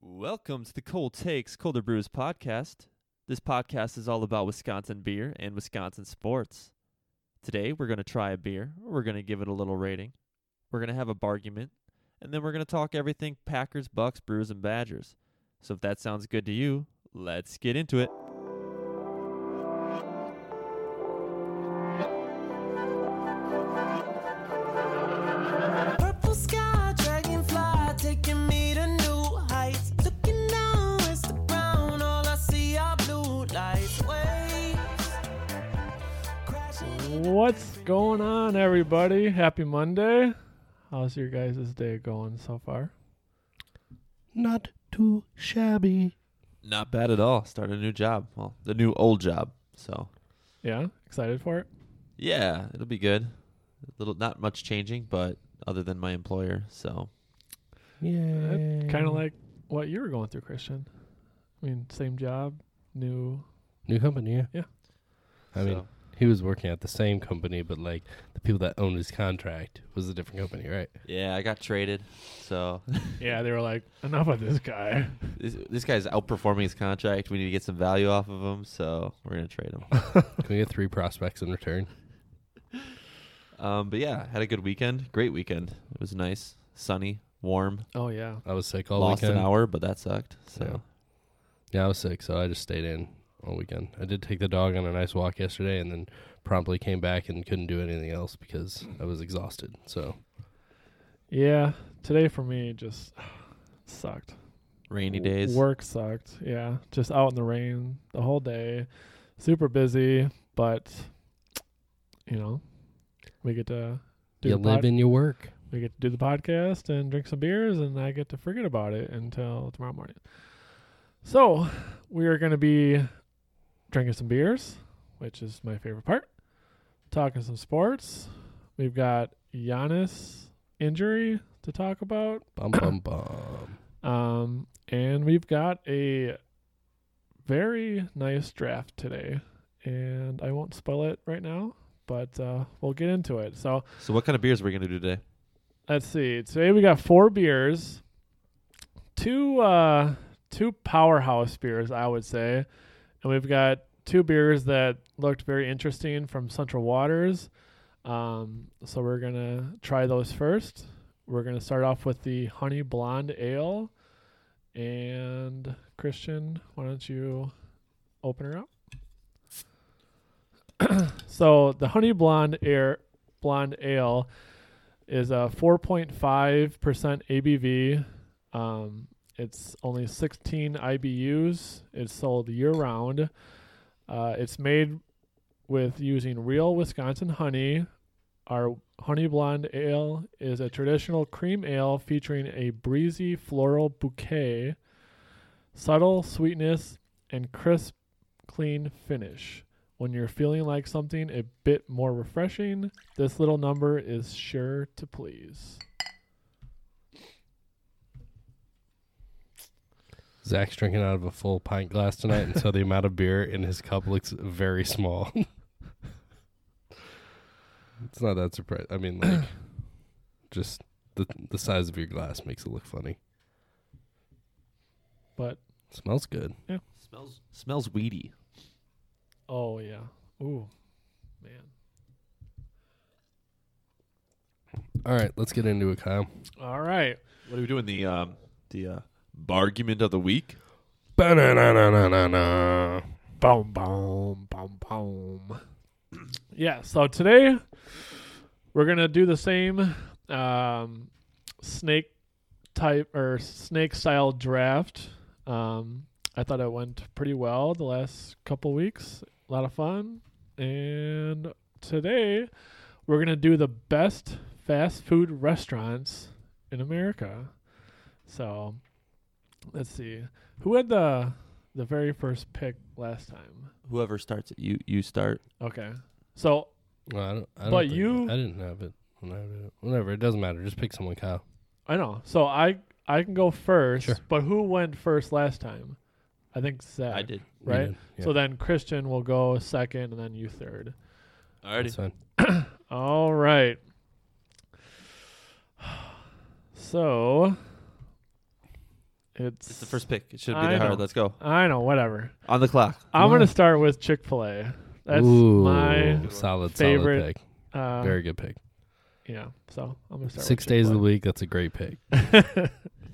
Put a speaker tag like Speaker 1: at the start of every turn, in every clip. Speaker 1: Welcome to the Cold Takes Colder Brews podcast. This podcast is all about Wisconsin beer and Wisconsin sports. Today, we're going to try a beer. We're going to give it a little rating. We're going to have a bargument. And then we're going to talk everything Packers, Bucks, Brewers, and Badgers. So if that sounds good to you, let's get into it.
Speaker 2: Purple sky, dragonfly, taking me to new heights. Looking down, it's the ground. All I see are blue lights. Waves crashing.
Speaker 3: What's going on, everybody? Happy Monday. How's your guys' day going so far?
Speaker 4: not too shabby.
Speaker 1: Not bad at all. Started a new job. Well, the new old job. So
Speaker 3: Yeah, excited for it.
Speaker 1: yeah, it'll be good. A little, not much changing, but other than my employer. So
Speaker 4: Yeah.
Speaker 3: Kind of like what you were going through, Christian. I mean, same job, new.
Speaker 4: new company, yeah.
Speaker 3: Yeah.
Speaker 4: I mean, he was working at the same company, but like the people that owned his contract was a different company, right?
Speaker 1: Yeah, I got traded. So
Speaker 3: Yeah, they were like, enough of this guy.
Speaker 1: this, this guy's outperforming his contract. We need to get some value off of him, so we're gonna trade him.
Speaker 4: Can we get three prospects in return?
Speaker 1: um, but yeah, had a good weekend. Great weekend. It was nice, sunny, warm.
Speaker 3: Oh yeah,
Speaker 4: I was sick all
Speaker 1: Lost
Speaker 4: weekend.
Speaker 1: an hour, but that sucked. So
Speaker 4: Yeah. Yeah, I was sick, so I just stayed in all weekend. I did take the dog on a nice walk yesterday, and then promptly came back and couldn't do anything else because I was exhausted. So
Speaker 3: yeah. Today for me just sucked.
Speaker 1: rainy days.
Speaker 3: Work sucked. Yeah, just out in the rain the whole day. Super busy, but you know, we get to do
Speaker 4: you
Speaker 3: the pod-
Speaker 4: live and you work.
Speaker 3: we get to do the podcast and drink some beers and i get to forget about it until tomorrow morning so we are going to be drinking some beers which is my favorite part talking some sports we've got Giannis injury to talk about
Speaker 4: Bum bum bum.
Speaker 3: um, and we've got a very nice draft today and i won't spoil it right now but uh, we'll get into it so
Speaker 1: So what kind of beers are we gonna do today?
Speaker 3: let's see. Today we got four beers, two uh, two powerhouse beers, I would say, and we've got two beers that looked very interesting from Central Waters. Um, so we're gonna try those first. We're gonna start off with the Honey Blonde Ale, and Christian, why don't you open her up? so the Honey Blonde Air Blonde Ale is a 4.5% ABV. Um, it's only 16 IBUs. It's sold year round. Uh, it's made with using real Wisconsin honey. Our honey blonde ale is a traditional cream ale featuring a breezy floral bouquet, subtle sweetness, and crisp, clean finish. When you're feeling like something a bit more refreshing, this little number is sure to please.
Speaker 4: Zach's drinking out of a full pint glass tonight, and so the amount of beer in his cup looks very small. it's not that surprising. I mean, like, just the the size of your glass makes it look funny.
Speaker 3: But
Speaker 4: smells good.
Speaker 1: Smells smells weedy.
Speaker 3: oh yeah. Ooh. Man.
Speaker 4: All right, let's get into it, Kyle.
Speaker 3: All right.
Speaker 1: What are we doing? The um the uh bargument of the week.
Speaker 4: Ba-na-na-na-na-na.
Speaker 3: Boom boom boom boom. Yeah, so today we're going to do the same um, snake type or snake style draft. Um, I thought it went pretty well the last couple weeks. A lot of fun. And today we're going to do the best fast food restaurants in America. So let's see. Who had the the very first pick last time?
Speaker 1: Whoever starts it, you you start.
Speaker 3: Okay. So,
Speaker 4: Well, I don't, I don't
Speaker 3: But
Speaker 4: think-
Speaker 3: you-
Speaker 4: I didn't have it. when I did it. Whatever, it doesn't matter. Just pick someone, Kyle.
Speaker 3: I know. So I I can go first,
Speaker 4: Sure.
Speaker 3: but who went first last time? I think Zach.
Speaker 1: I did.
Speaker 4: You
Speaker 3: Right?
Speaker 4: did. Yeah,
Speaker 3: So then Christian will go second and then you third.
Speaker 1: Alrighty.
Speaker 4: that's fine.
Speaker 3: All right. So It's,
Speaker 1: It's the first pick. It should be
Speaker 3: I
Speaker 1: the
Speaker 3: know.
Speaker 1: hard. Let's go.
Speaker 3: I know, whatever.
Speaker 1: On the clock.
Speaker 3: I'm
Speaker 4: What?
Speaker 3: gonna start with Chick Fil A. That's
Speaker 4: Ooh,
Speaker 3: my
Speaker 4: solid,
Speaker 3: favorite,
Speaker 4: solid pick.
Speaker 3: uh,
Speaker 4: Very good pick.
Speaker 3: yeah. So I'm gonna start
Speaker 4: Six
Speaker 3: with
Speaker 4: days of the
Speaker 3: Chick-fil-A.
Speaker 4: week. That's a great pick.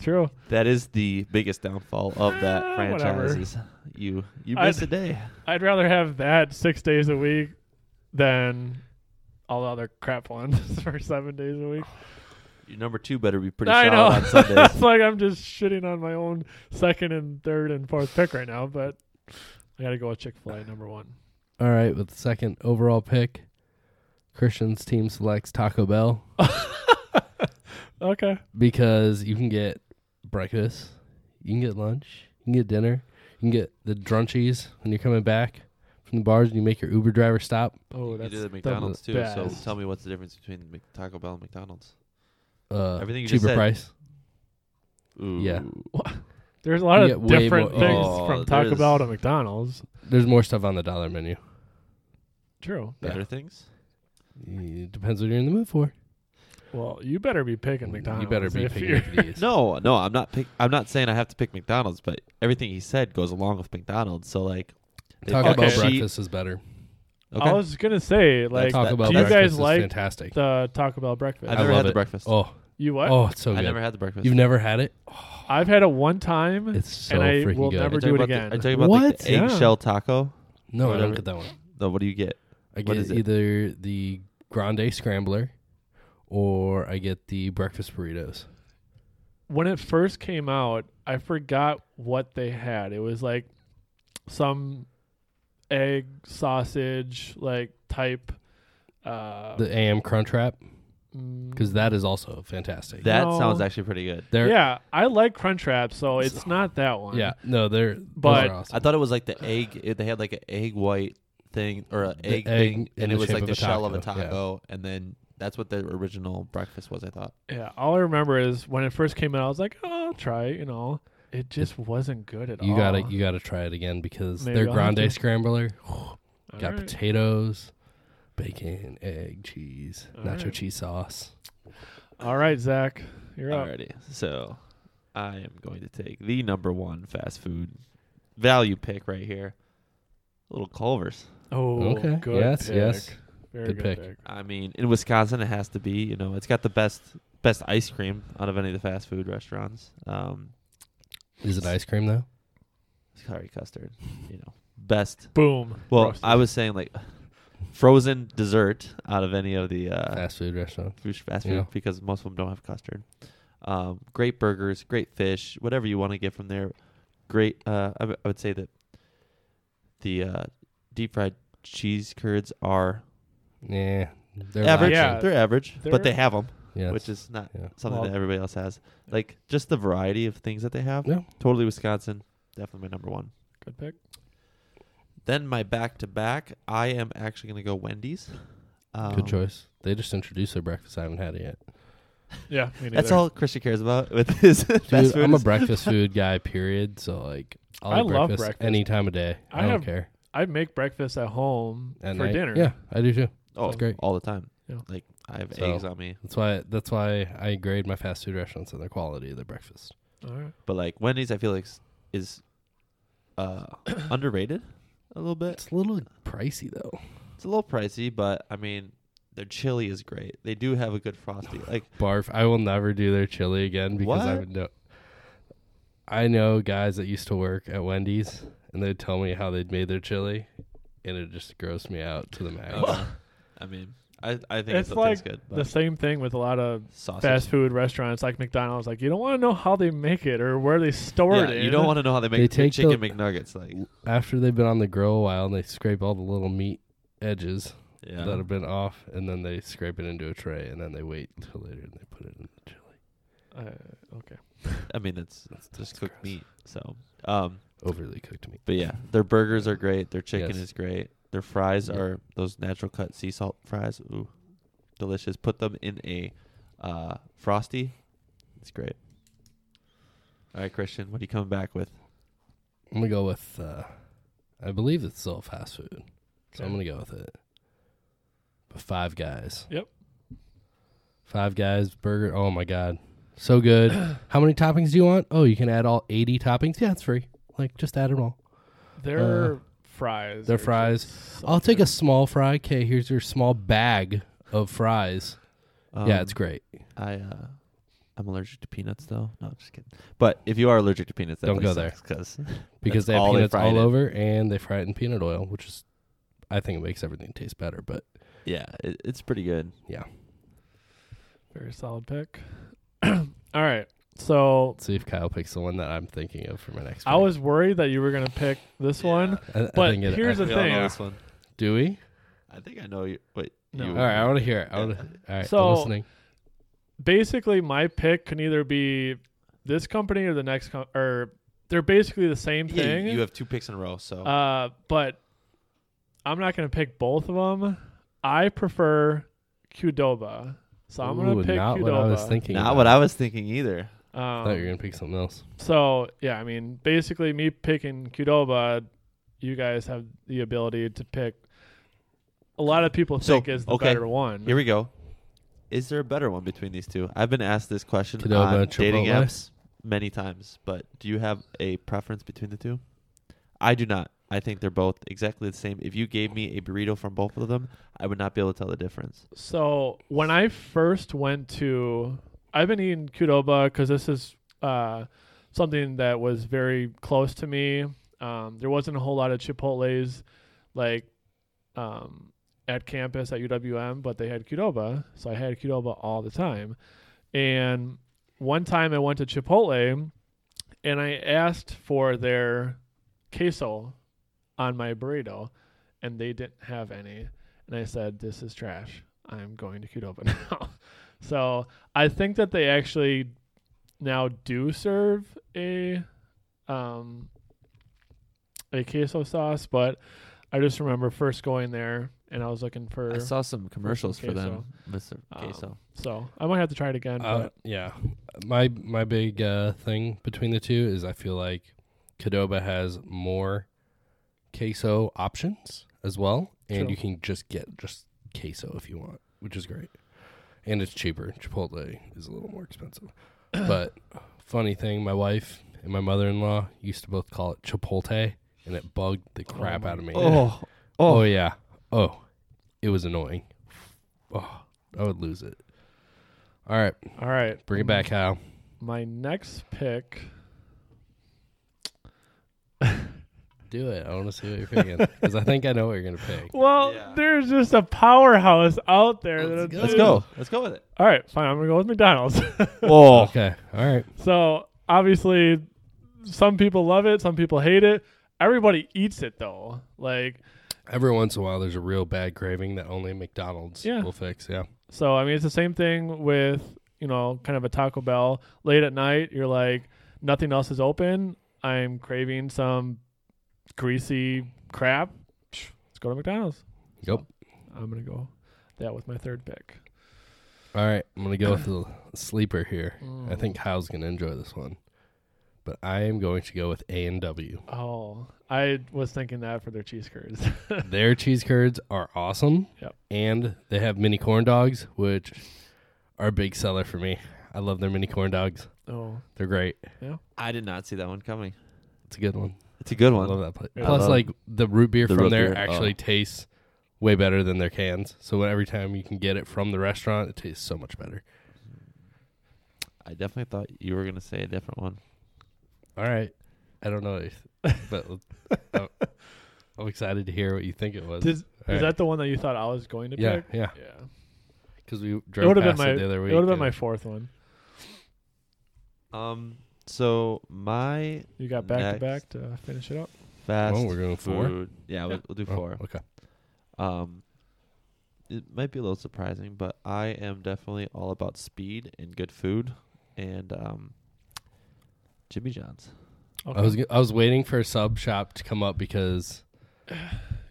Speaker 3: True.
Speaker 1: That is the biggest downfall of that
Speaker 3: Ah, whatever.
Speaker 1: franchise. is You you
Speaker 3: I'd-
Speaker 1: missed a day.
Speaker 3: I'd rather have that six days a week than all the other crap ones for seven days a week.
Speaker 1: Your number two better be pretty
Speaker 3: I
Speaker 1: solid
Speaker 3: know.
Speaker 1: on Sundays.
Speaker 3: it's like I'm just shitting on my own second and third and fourth pick right now, but I got to go with Chick Fil A number one.
Speaker 4: All right, with the second overall pick, Christian's team selects Taco Bell
Speaker 3: Okay.
Speaker 4: because you can get breakfast, you can get lunch, you can get dinner, you can get the drunchies when you're coming back from the bars and you make your Uber driver stop.
Speaker 3: Oh,
Speaker 1: you
Speaker 3: that's
Speaker 1: do the McDonald's too. So
Speaker 3: best.
Speaker 1: tell me what's the difference between Mc- Taco Bell and McDonald's?
Speaker 4: Uh,
Speaker 1: Everything you just
Speaker 4: cheaper
Speaker 1: said.
Speaker 4: price.
Speaker 1: Ooh.
Speaker 4: Yeah.
Speaker 3: there's a lot
Speaker 4: You
Speaker 3: of
Speaker 4: get way
Speaker 3: different
Speaker 4: more-
Speaker 3: things
Speaker 1: Oh,
Speaker 3: from
Speaker 1: there
Speaker 3: Taco
Speaker 1: is-
Speaker 3: Bell to McDonald's.
Speaker 4: There's more stuff on the dollar menu.
Speaker 3: True.
Speaker 1: Better things.
Speaker 4: It depends what you're in the mood for.
Speaker 3: Well, you better be picking McDonald's.
Speaker 4: You better be
Speaker 3: if you're-
Speaker 4: picking up these.
Speaker 1: No, no, I'm not. Pick, I'm not saying I have to pick McDonald's, but everything he said goes along with McDonald's. So like, they
Speaker 4: Taco
Speaker 1: fucking
Speaker 4: Bell
Speaker 3: Okay.
Speaker 1: cheat-
Speaker 4: breakfast is better.
Speaker 1: Okay.
Speaker 3: I was gonna say like
Speaker 4: Taco
Speaker 1: that-
Speaker 4: Bell
Speaker 3: do you
Speaker 4: breakfast
Speaker 3: guys
Speaker 4: is
Speaker 3: like
Speaker 4: fantastic.
Speaker 3: the Taco Bell breakfast.
Speaker 1: I've
Speaker 4: I
Speaker 1: never
Speaker 4: love
Speaker 1: had the
Speaker 4: it.
Speaker 1: breakfast.
Speaker 4: Oh,
Speaker 3: you what?
Speaker 4: oh, it's so
Speaker 1: I
Speaker 4: good.
Speaker 1: never had the breakfast.
Speaker 4: You've never had it?
Speaker 3: I've had it one time.
Speaker 4: It's so
Speaker 3: And I
Speaker 4: freaking
Speaker 3: will
Speaker 4: good.
Speaker 1: Are
Speaker 3: never-
Speaker 1: you
Speaker 3: do
Speaker 1: talking
Speaker 3: it
Speaker 1: about
Speaker 3: again.
Speaker 1: The, are you talking about like
Speaker 4: What?
Speaker 1: the
Speaker 3: Yeah.
Speaker 1: eggshell taco?
Speaker 4: no, I
Speaker 1: Whatever.
Speaker 4: don't get that one.
Speaker 1: Though, what do you get?
Speaker 4: I
Speaker 1: What
Speaker 4: get
Speaker 1: is it?
Speaker 4: either the grande scrambler or I get the breakfast burritos.
Speaker 3: when it first came out, I forgot what they had. It was like some egg sausage like type. Uh,
Speaker 4: The AM crunch wrap
Speaker 3: mm,
Speaker 4: because that is also fantastic.
Speaker 1: That
Speaker 3: No.
Speaker 1: soununds actually pretty good.
Speaker 4: They're-
Speaker 3: yeah, I like Crunchwrap, so it's not that one.
Speaker 4: yeah, no, they're
Speaker 3: But-
Speaker 4: those are awesome.
Speaker 1: I thought it was like the egg. It, they had like an egg white thing or an egg,
Speaker 4: egg
Speaker 1: thing,
Speaker 4: in
Speaker 1: and
Speaker 4: the
Speaker 1: it was
Speaker 4: shape
Speaker 1: like
Speaker 4: of
Speaker 1: the
Speaker 4: a
Speaker 1: shell of a
Speaker 4: taco, yeah.
Speaker 1: taco, and then that's what the original breakfast was. I thought.
Speaker 3: yeah. All I remember is when it first came out, I was like, "Oh, I'll try," it," you know. It just wasn't good at
Speaker 4: you
Speaker 3: all.
Speaker 4: gotta you gotta try it again because
Speaker 3: Maybe
Speaker 4: their
Speaker 3: I'll have
Speaker 4: grande
Speaker 3: to.
Speaker 4: scrambler
Speaker 3: All
Speaker 4: got
Speaker 3: right.
Speaker 4: potatoes, bacon, egg, cheese,
Speaker 3: All
Speaker 4: nacho
Speaker 3: right.
Speaker 4: cheese sauce.
Speaker 3: All right, Zach, you're up.
Speaker 1: Alrighty. So I am going to take the number one fast food value pick right here. Little Culver's.
Speaker 3: Oh,
Speaker 4: Okay.
Speaker 3: good
Speaker 4: Yes,
Speaker 3: pick.
Speaker 4: yes.
Speaker 3: Very
Speaker 4: Good
Speaker 3: good
Speaker 4: pick.
Speaker 3: pick.
Speaker 1: I mean, in Wisconsin it has to be, you know, it's got the best best ice cream out of any of the fast food restaurants. Um
Speaker 4: Is it ice cream though?
Speaker 1: sorry, custard, you know. Best
Speaker 3: Boom.
Speaker 1: well,
Speaker 3: Roasted.
Speaker 1: I was saying like frozen dessert out of any of the uh
Speaker 4: Fast food restaurant.
Speaker 1: food- fast food
Speaker 4: Yeah.
Speaker 1: because most of them don't have custard. Um, great burgers, great fish, whatever you want to get from there. Great. Uh, I, w- I would say that the uh, deep fried cheese curds are
Speaker 4: Yeah, they're
Speaker 1: average.
Speaker 3: lacking. Yeah.
Speaker 1: They're average,
Speaker 3: They're-
Speaker 1: but they have them,
Speaker 4: Yeah,
Speaker 1: which is not
Speaker 4: yeah.
Speaker 1: something
Speaker 3: Well-
Speaker 1: that everybody else has. Like just the variety of things that they have.
Speaker 4: Yeah.
Speaker 1: Totally Wisconsin, definitely my number one.
Speaker 3: good pick.
Speaker 1: Then my back to back, I am actually going to go Wendy's. Um,
Speaker 4: good choice. They just introduced their breakfast. I haven't had it yet.
Speaker 3: Yeah, me
Speaker 1: That's
Speaker 3: neither.
Speaker 1: all Christian cares about with his fast
Speaker 4: Dude,
Speaker 1: food.
Speaker 4: I'm a
Speaker 1: is-
Speaker 4: breakfast food guy. Period. So like, I'll
Speaker 3: I
Speaker 4: eat
Speaker 3: love
Speaker 4: breakfast,
Speaker 3: breakfast.
Speaker 4: any time of day.
Speaker 3: I
Speaker 4: I, don't
Speaker 3: have
Speaker 4: care.
Speaker 3: I make breakfast at home
Speaker 4: At
Speaker 3: for
Speaker 4: night.
Speaker 3: dinner.
Speaker 4: Yeah, I do too.
Speaker 1: oh,
Speaker 4: That's great.
Speaker 1: all the time.
Speaker 3: Yeah.
Speaker 1: Like I have
Speaker 4: So-
Speaker 1: eggs on me.
Speaker 4: That's why. That's why I grade my fast food restaurants on their quality of their breakfast.
Speaker 3: All right.
Speaker 1: But like Wendy's, I feel like s- is uh, underrated a little bit.
Speaker 4: It's a little pricey though.
Speaker 1: It's a little pricey, but I mean, their chili is great. They do have a good frosty. Like
Speaker 4: Barf. I will never do their chili again because I
Speaker 1: What?
Speaker 4: would know. I know guys that used to work at Wendy's, and they'd tell me how they'd made their chili, and it just grossed me out to the max.
Speaker 1: uh, I mean, I I think it's
Speaker 3: It's
Speaker 1: like
Speaker 3: like
Speaker 1: good. But
Speaker 3: The same thing with a lot of
Speaker 1: sausage.
Speaker 3: fast food restaurants like McDonald's. Like you don't want to know how they make it or where they store
Speaker 1: yeah,
Speaker 3: it.
Speaker 1: you don't want to know how they make
Speaker 4: eh? They take
Speaker 1: chicken
Speaker 4: the-
Speaker 1: McNuggets. Like
Speaker 4: After they've been on the grill a while, and they scrape all the little meat edges,
Speaker 1: yeah,
Speaker 4: that have been off, and then they scrape it into a tray, and then they wait until later and they put it in the chili.
Speaker 3: Uh,
Speaker 1: I mean that's
Speaker 4: That's
Speaker 1: just
Speaker 4: that's
Speaker 1: cooked
Speaker 4: gross.
Speaker 1: meat. So um,
Speaker 4: Overly cooked meat.
Speaker 1: but yeah, their burgers are great. Their chicken
Speaker 4: Yes.
Speaker 1: is great. Their fries
Speaker 4: Yeah.
Speaker 1: are those natural cut sea salt fries. Ooh, delicious. Put them in a uh, frosty. It's great. All right, Christian, what are you coming back with?
Speaker 4: I'm gonna go with. Uh, I believe it's still fast food, so I'm
Speaker 3: Okay.
Speaker 4: gonna go with it. But Five Guys.
Speaker 3: Yep.
Speaker 4: Five Guys burger. Oh my god, So good. How many toppings do you want? Oh, you can add all 80 toppings. Yeah, it's free. Like, just add them all.
Speaker 3: Their fries.
Speaker 4: Uh, their
Speaker 3: are
Speaker 4: fries.
Speaker 3: just so
Speaker 4: I'll take a
Speaker 3: good.
Speaker 4: small fry. Okay, here's your small bag of fries. yeah, it's
Speaker 1: Um,
Speaker 4: great.
Speaker 1: I uh, I'm allergic to peanuts though. No, I'm just kidding. But if you are allergic to peanuts, that
Speaker 4: Don't go there.
Speaker 1: because that's
Speaker 4: Because they have
Speaker 1: all they
Speaker 4: peanuts
Speaker 1: fry it
Speaker 4: all
Speaker 1: in.
Speaker 4: over and they fry it in peanut oil, which is, I think it makes everything taste better. But
Speaker 1: yeah, it, it's pretty good.
Speaker 3: very solid pick. All right, so
Speaker 4: let's see if Kyle picks the one that I'm thinking of for my next
Speaker 3: I
Speaker 4: pick.
Speaker 3: was worried that you were gonna pick this one.
Speaker 4: I- I
Speaker 3: but
Speaker 4: think it-
Speaker 3: here's
Speaker 4: I-
Speaker 3: the thing.
Speaker 1: one.
Speaker 4: Do we?
Speaker 1: I think I know you. Wait,
Speaker 3: No.
Speaker 1: you,
Speaker 4: All right, I want to hear it. I wanna, all right,
Speaker 3: So-
Speaker 4: I'm listening.
Speaker 3: Basically, my pick can either be this company or the next, com- or they're basically the same
Speaker 1: Yeah, you-
Speaker 3: thing.
Speaker 1: you have two picks in a row,
Speaker 4: Oh.
Speaker 1: so
Speaker 3: Uh, but I'm not going to pick both of them. I prefer Qdoba. So I'm going
Speaker 4: Ooh,
Speaker 3: to pick
Speaker 4: not
Speaker 3: Qdoba.
Speaker 4: what I was thinking.
Speaker 1: not
Speaker 4: about.
Speaker 1: what I was thinking either.
Speaker 4: I thought you were
Speaker 3: Um,
Speaker 4: gonna pick something else.
Speaker 3: so, yeah, I mean, basically, me picking Qdoba, you guys have the ability to pick. A lot of people
Speaker 1: So,
Speaker 3: think is the
Speaker 1: okay,
Speaker 3: better one.
Speaker 1: Here we go. Is there a better one between these two? I've been asked this question
Speaker 4: Qdoba,
Speaker 1: on dating
Speaker 4: Chipotle?
Speaker 1: apps many times, but do you have a preference between the two? I do not. I think they're both exactly the same. If you gave me a burrito from both of them, I would not be able to tell the difference.
Speaker 3: So when I first went to, I've been eating Qdoba because this is uh, something that was very close to me. Um, there wasn't a whole lot of Chipotle's like um, at campus at UWM, but they had Qdoba, so I had Qdoba all the time. And one time I went to Chipotle, and I asked for their queso on my burrito, and they didn't have any. And I said, "This is trash. I'm going to Qdoba now." so I think that they actually now do serve a um, a queso sauce, but I just remember first going there and I was looking for
Speaker 1: I saw some commercials for
Speaker 3: queso.
Speaker 1: them, Mr.
Speaker 3: Um,
Speaker 1: Queso.
Speaker 3: so I might have to try it again.
Speaker 4: Uh,
Speaker 3: but
Speaker 4: yeah, my my big uh, thing between the two is I feel like Cadoba has more queso options as well, and
Speaker 3: True.
Speaker 4: you can just get just queso if you want, which is great, and it's cheaper. Chipotle is a little more expensive, but funny thing, my wife and my mother in law used to both call it Chipotle, and it bugged the crap
Speaker 3: my-
Speaker 4: out of me.
Speaker 1: Oh,
Speaker 4: Oh yeah. Oh, it was annoying. Oh, I would lose it. All right,
Speaker 3: all right,
Speaker 4: bring it back, Kyle.
Speaker 3: My next pick.
Speaker 4: Do it. I want to see what you're picking because I think I know what you're gonna pick.
Speaker 3: Well,
Speaker 1: Yeah.
Speaker 3: there's just a powerhouse out there.
Speaker 4: Let's
Speaker 3: that'll
Speaker 4: go.
Speaker 1: let's
Speaker 3: do-
Speaker 1: go. Let's go with it.
Speaker 3: All right, fine. I'm gonna go with McDonald's.
Speaker 1: Oh,
Speaker 4: Okay. All right.
Speaker 3: so obviously, some people love it, some people hate it. Everybody eats it though. Like,
Speaker 4: Every once in a while, there's a real bad craving that only McDonald's
Speaker 3: Yeah.
Speaker 4: will fix. Yeah.
Speaker 3: so I mean, it's the same thing with you know, kind of a Taco Bell. Late at night, you're like, nothing else is open. I'm craving some greasy crap. Psh, Let's go to McDonald's.
Speaker 4: Yep.
Speaker 3: I'm gonna go that with my third pick.
Speaker 4: All right. I'm gonna go with the sleeper here.
Speaker 3: Mm.
Speaker 4: I think Kyle's gonna enjoy this one, but I am going to go with A and W.
Speaker 3: Oh, I was thinking that for their cheese curds.
Speaker 4: Their cheese curds are awesome.
Speaker 3: Yep.
Speaker 4: And they have mini corn dogs, which are a big seller for me. I love their mini corn dogs.
Speaker 3: oh,
Speaker 4: They're great.
Speaker 1: I did not see that one coming.
Speaker 4: It's a good one.
Speaker 1: It's a good
Speaker 4: I love
Speaker 1: one.
Speaker 4: that place.
Speaker 3: Yeah.
Speaker 4: Plus,
Speaker 1: I love
Speaker 4: like the root beer
Speaker 1: Uh, the
Speaker 4: from
Speaker 1: root
Speaker 4: there
Speaker 1: beer,
Speaker 4: actually
Speaker 1: oh.
Speaker 4: tastes way better than their cans. So every time you can get it from the restaurant, it tastes so much better.
Speaker 1: I definitely thought you were going to say a different one.
Speaker 4: All right, I don't know, if, but I'm, I'm excited to hear what you think it was.
Speaker 3: Did-
Speaker 4: All
Speaker 3: is
Speaker 4: right.
Speaker 3: that the one that you thought I was going to
Speaker 4: yeah,
Speaker 3: pick?
Speaker 4: yeah?
Speaker 3: Yeah,
Speaker 4: Because we
Speaker 3: it
Speaker 4: drove
Speaker 3: would have been
Speaker 4: past it,
Speaker 3: my
Speaker 4: the other week.
Speaker 3: it would have been my
Speaker 4: and-
Speaker 3: fourth one.
Speaker 1: Um, so my
Speaker 3: You got back to
Speaker 1: Next.
Speaker 3: back to finish it up.
Speaker 1: fast
Speaker 4: Oh, we're going four.
Speaker 1: food. Yeah, We'll, we'll do
Speaker 4: Oh,
Speaker 1: four.
Speaker 4: okay.
Speaker 1: Um, it might be a little surprising, but I am definitely all about speed and good food, and um, Jimmy John's.
Speaker 3: Okay.
Speaker 4: I was g- I was waiting for a sub shop to come up because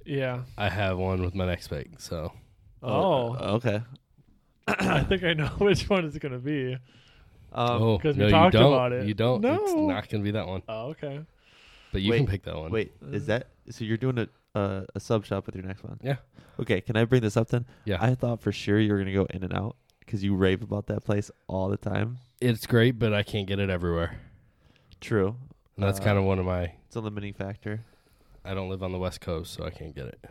Speaker 3: yeah.
Speaker 4: I have one with my next pick. So
Speaker 3: Oh,
Speaker 1: uh, okay.
Speaker 3: I think I know which one it's gonna be.
Speaker 1: Um,
Speaker 4: oh,
Speaker 3: 'cause we
Speaker 4: no,
Speaker 3: talked
Speaker 4: you don't.
Speaker 3: about it.
Speaker 4: You don't. It's
Speaker 3: No.
Speaker 4: not gonna be that one.
Speaker 3: Oh, okay.
Speaker 4: But you
Speaker 1: Wait,
Speaker 4: can pick that one.
Speaker 1: Wait, is that so? You're doing a uh, a sub shop with your next one?
Speaker 4: Yeah.
Speaker 1: Okay, can I bring this up then?
Speaker 4: Yeah.
Speaker 1: I thought for sure you were gonna go In and Out, because you rave about that place all the time.
Speaker 4: It's great, but I can't get it everywhere.
Speaker 1: True.
Speaker 4: And that's
Speaker 1: Uh,
Speaker 4: kind of one of my.
Speaker 1: It's a limiting factor.
Speaker 4: I don't live on the West Coast, so I can't get it.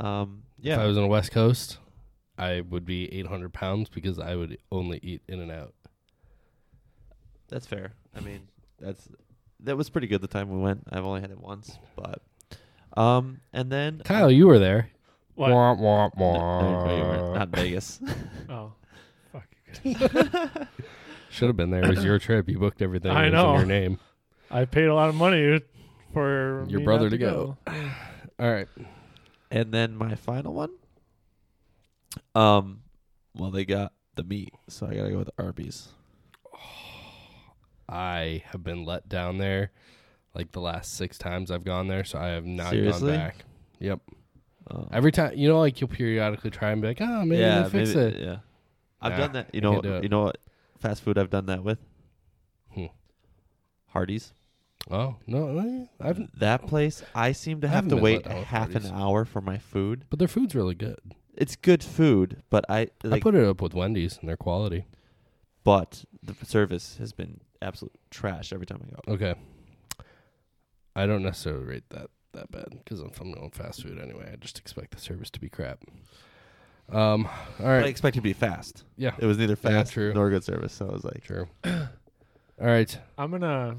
Speaker 1: Um,
Speaker 4: If I
Speaker 1: yeah.
Speaker 4: was on the West Coast, I would be 800 pounds because I would only eat In and Out.
Speaker 1: That's fair. I mean, that's that was pretty good the time we went. I've only had it once, but um, and then
Speaker 4: Kyle, you were there.
Speaker 3: What?
Speaker 4: Womp, womp,
Speaker 1: No, no, no, you
Speaker 4: womp.
Speaker 1: weren't. not Vegas.
Speaker 3: Oh, fuck.
Speaker 4: Should have been there. It was your trip. You booked everything.
Speaker 3: I
Speaker 4: It was
Speaker 3: know.
Speaker 4: In your name.
Speaker 3: I paid a lot of money for
Speaker 4: Your
Speaker 3: me
Speaker 4: brother
Speaker 3: not
Speaker 4: to go. All right.
Speaker 1: and then my final one. Um, well, they got the meat, so I gotta go with Arby's.
Speaker 4: I have been let down there like the last six times I've gone there, so I have not
Speaker 1: Seriously?
Speaker 4: gone back. Yep.
Speaker 1: Oh.
Speaker 4: Every time, you know, like you'll periodically try and be like, oh, maybe
Speaker 1: yeah,
Speaker 4: they'll fix
Speaker 1: maybe-
Speaker 4: it.
Speaker 1: Yeah, I've
Speaker 4: Nah,
Speaker 1: done that. You
Speaker 4: I
Speaker 1: know,
Speaker 4: can't do it.
Speaker 1: you know what? Fast food. I've done that with.
Speaker 4: Hmm.
Speaker 1: Hardee's.
Speaker 4: Oh, no. eh, I've,
Speaker 1: that place, I seem to
Speaker 4: I
Speaker 1: have
Speaker 4: haven't
Speaker 1: to
Speaker 4: been
Speaker 1: wait
Speaker 4: let down with
Speaker 1: half
Speaker 4: Hardee's.
Speaker 1: an hour for my food.
Speaker 4: but their food's really good.
Speaker 1: It's good food, but I
Speaker 4: I
Speaker 1: like,
Speaker 4: put it up with Wendy's and their quality.
Speaker 1: but the service has been absolute trash every time I go.
Speaker 4: Okay. I don't necessarily rate that that bad because if I'm going fast food anyway, I just expect the service to be crap. Um. All
Speaker 1: But I
Speaker 4: right.
Speaker 1: expected to be fast.
Speaker 4: Yeah.
Speaker 1: It was neither
Speaker 4: Yeah,
Speaker 1: fast
Speaker 4: true.
Speaker 1: nor good service, so I was like,
Speaker 4: True. All right.
Speaker 3: I'm gonna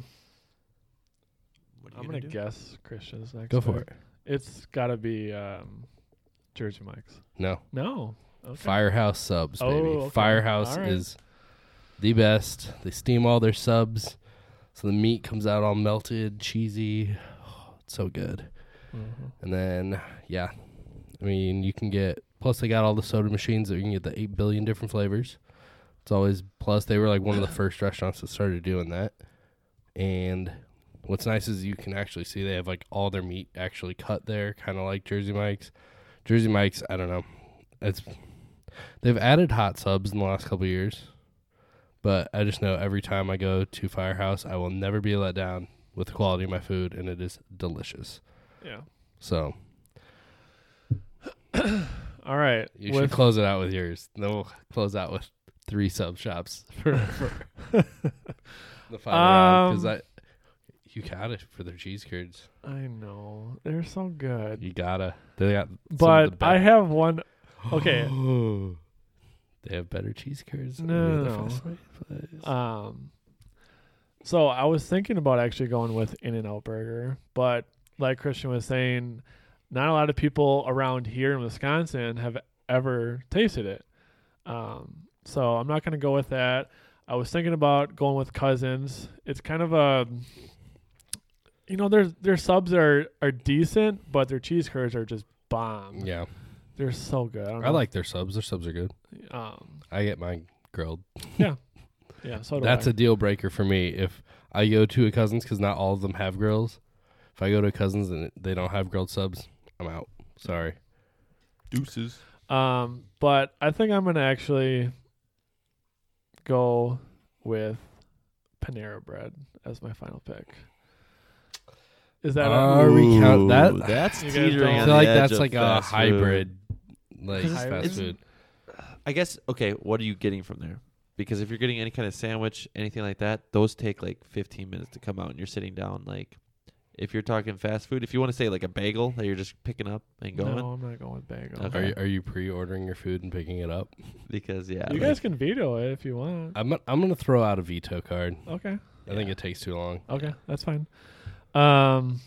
Speaker 1: what are
Speaker 3: I'm
Speaker 1: you
Speaker 3: gonna
Speaker 1: gonna do?
Speaker 3: guess Christian's next.
Speaker 4: Go for
Speaker 3: pick. It's gotta be um, Jersey Mike's.
Speaker 4: No.
Speaker 3: No. Okay.
Speaker 4: Firehouse subs,
Speaker 3: Oh,
Speaker 4: baby.
Speaker 3: okay.
Speaker 4: Firehouse
Speaker 3: All right.
Speaker 4: is the best. They steam all their subs, so the meat comes out all melted, cheesy. it's so good.
Speaker 3: Mhm.
Speaker 4: And then, yeah, I mean, you can get. Plus, they got all the soda machines that you can get the eight billion different flavors. It's always plus. They were like one of the first restaurants that started doing that. And what's nice is you can actually see they have like all their meat actually cut there, kind of like Jersey Mike's. Jersey Mike's, I don't know. It's they've added hot subs in the last couple years, but I just know every time I go to Firehouse, I will never be let down with the quality of my food, and it is delicious.
Speaker 3: Yeah.
Speaker 4: So
Speaker 3: All right.
Speaker 4: You should
Speaker 3: with
Speaker 4: close it out with yours. Then we'll close out with three sub shops for, for the final round
Speaker 3: Um,
Speaker 4: because I you got it for their cheese curds.
Speaker 3: I know they're so good,
Speaker 4: You gotta. They got. some of
Speaker 3: but
Speaker 4: the
Speaker 3: I
Speaker 4: be-
Speaker 3: have one. Okay.
Speaker 4: they have better cheese curds. than
Speaker 3: No,
Speaker 4: any
Speaker 3: no,
Speaker 4: other
Speaker 3: no.
Speaker 4: fast food place.
Speaker 3: Um, so I was thinking about actually going with In and Out Burger, but like Christian was saying, not a lot of people around here in Wisconsin have ever tasted it. Um, so I'm not going to go with that. I was thinking about going with Cousins. It's kind of a, you know, their their subs are are decent, but their cheese curds are just bomb.
Speaker 4: yeah,
Speaker 3: They're so good. I, don't
Speaker 4: I
Speaker 3: know.
Speaker 4: like their subs. Their subs are good.
Speaker 3: Um,
Speaker 4: I get mine grilled.
Speaker 3: yeah. So do
Speaker 4: That's
Speaker 3: I.
Speaker 4: a deal breaker for me if I go to a cousin's because not all of them have grills. If I go to a cousin's and they don't have grilled subs, I'm out. Sorry.
Speaker 1: Deuces.
Speaker 3: Um, but I think I'm gonna actually go with Panera Bread as my final pick. Is that
Speaker 4: Uh, Are
Speaker 3: a,
Speaker 4: we count- that-
Speaker 1: That's
Speaker 3: You guys
Speaker 1: teetering. on
Speaker 3: don't- on
Speaker 4: I feel
Speaker 1: the
Speaker 4: like
Speaker 1: edge
Speaker 4: that's
Speaker 1: of
Speaker 4: like a
Speaker 1: fast food.
Speaker 4: hybrid, like
Speaker 3: It's-
Speaker 4: fast
Speaker 3: it's-
Speaker 4: food.
Speaker 1: I guess okay, what are you getting from there? Because if you're getting any kind of sandwich, anything like that, those take like 15 minutes to come out and you're sitting down like if you're talking fast food, if you want to say like a bagel that you're just picking up and going
Speaker 3: no? I'm not going with bagel.
Speaker 1: Okay.
Speaker 4: Are you are you pre-ordering your food and picking it up?
Speaker 1: because yeah.
Speaker 3: You
Speaker 1: like-
Speaker 3: guys can veto it if you want.
Speaker 4: I'm I'm gonna throw out a veto card.
Speaker 3: Okay,
Speaker 4: I think it takes too long.
Speaker 3: okay, that's fine. Um,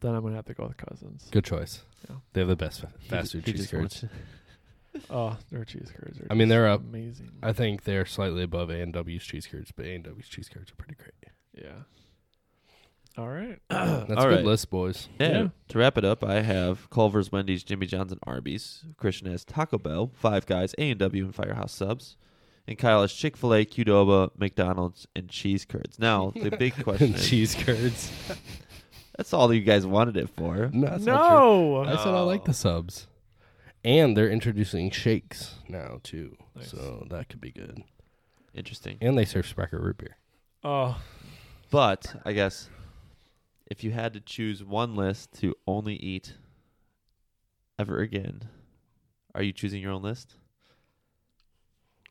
Speaker 3: then I'm gonna have to go with Cousins.
Speaker 4: Good choice.
Speaker 3: Yeah.
Speaker 4: They have the best fa-
Speaker 1: he
Speaker 4: fast
Speaker 1: ju-
Speaker 4: food
Speaker 1: he
Speaker 4: cheese
Speaker 1: just
Speaker 4: curds.
Speaker 1: wants-
Speaker 3: Oh, their cheese curds are.
Speaker 4: I
Speaker 3: just
Speaker 4: mean, they're up.
Speaker 3: amazing.
Speaker 4: I think they're slightly above A and W's cheese curds, but A and W's cheese curds are pretty great.
Speaker 3: yeah. All right.
Speaker 1: All
Speaker 4: That's a good
Speaker 1: right.
Speaker 4: list, boys.
Speaker 1: Yeah.
Speaker 3: Yeah.
Speaker 1: To wrap it up, I have Culver's, Wendy's, Jimmy John's, and Arby's. Christian has Taco Bell, Five Guys, A and W, and Firehouse Subs. And Kyle has Chick Fil A, Qdoba, McDonald's, and cheese curds. Now the big question is,
Speaker 4: cheese curds.
Speaker 1: that's all you guys wanted it for.
Speaker 4: No, that's not
Speaker 3: no.
Speaker 4: true. I said I like the subs, and they're introducing shakes now too,
Speaker 3: Nice.
Speaker 4: so that could be good.
Speaker 1: Interesting,
Speaker 4: And they serve Sprecher root beer.
Speaker 3: Oh,
Speaker 1: but I guess if you had to choose one list to only eat ever again, Are you choosing your own list?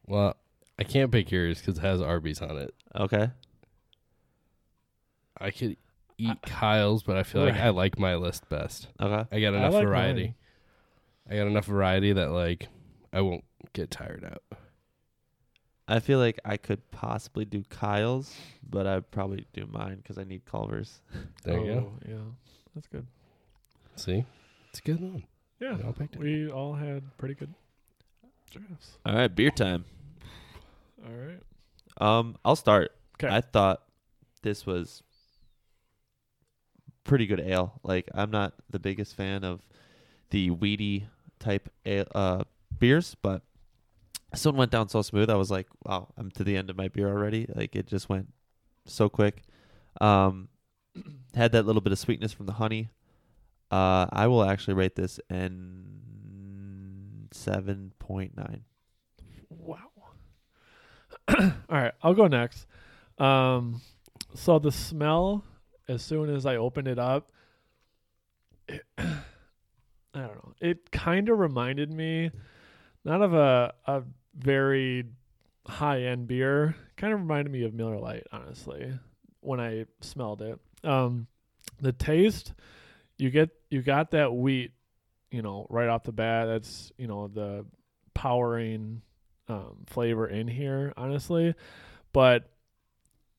Speaker 4: Well, I can't pick yours because it has Arby's on it.
Speaker 1: Okay.
Speaker 4: I could eat Kyle's, but I feel like
Speaker 3: Right.
Speaker 4: I like my list best.
Speaker 1: Okay.
Speaker 4: I got
Speaker 3: I
Speaker 4: enough
Speaker 3: like
Speaker 4: variety.
Speaker 3: mine.
Speaker 4: I got enough variety that like I won't get tired out.
Speaker 1: I feel like I could possibly do Kyle's, but I'd probably do mine because I need Culver's.
Speaker 4: There you go.
Speaker 3: Oh, Yeah, that's good.
Speaker 4: See, it's a good one.
Speaker 3: Yeah,
Speaker 4: We all picked it.
Speaker 3: we all had pretty good drafts.
Speaker 1: All right, beer time.
Speaker 3: All right.
Speaker 1: Um, I'll start.
Speaker 3: 'Kay.
Speaker 1: I thought this was pretty good ale. Like I'm not the biggest fan of the weedy type ale, uh, beers, but this one went down so smooth. I was like, wow, I'm to the end of my beer already. Like it just went so quick. Um, had that little bit of sweetness from the honey. Uh, I will actually rate this an seven point nine.
Speaker 3: Wow. All right, I'll go next. Um, so the smell, as soon as I opened it up, it- I don't know. It kind of reminded me, not of a a very high end beer. Kind of reminded me of Miller Lite, honestly, when I smelled it. Um, the taste, you get you got that wheat, you know, right off the bat. That's you know the powering um, flavor in here, honestly. But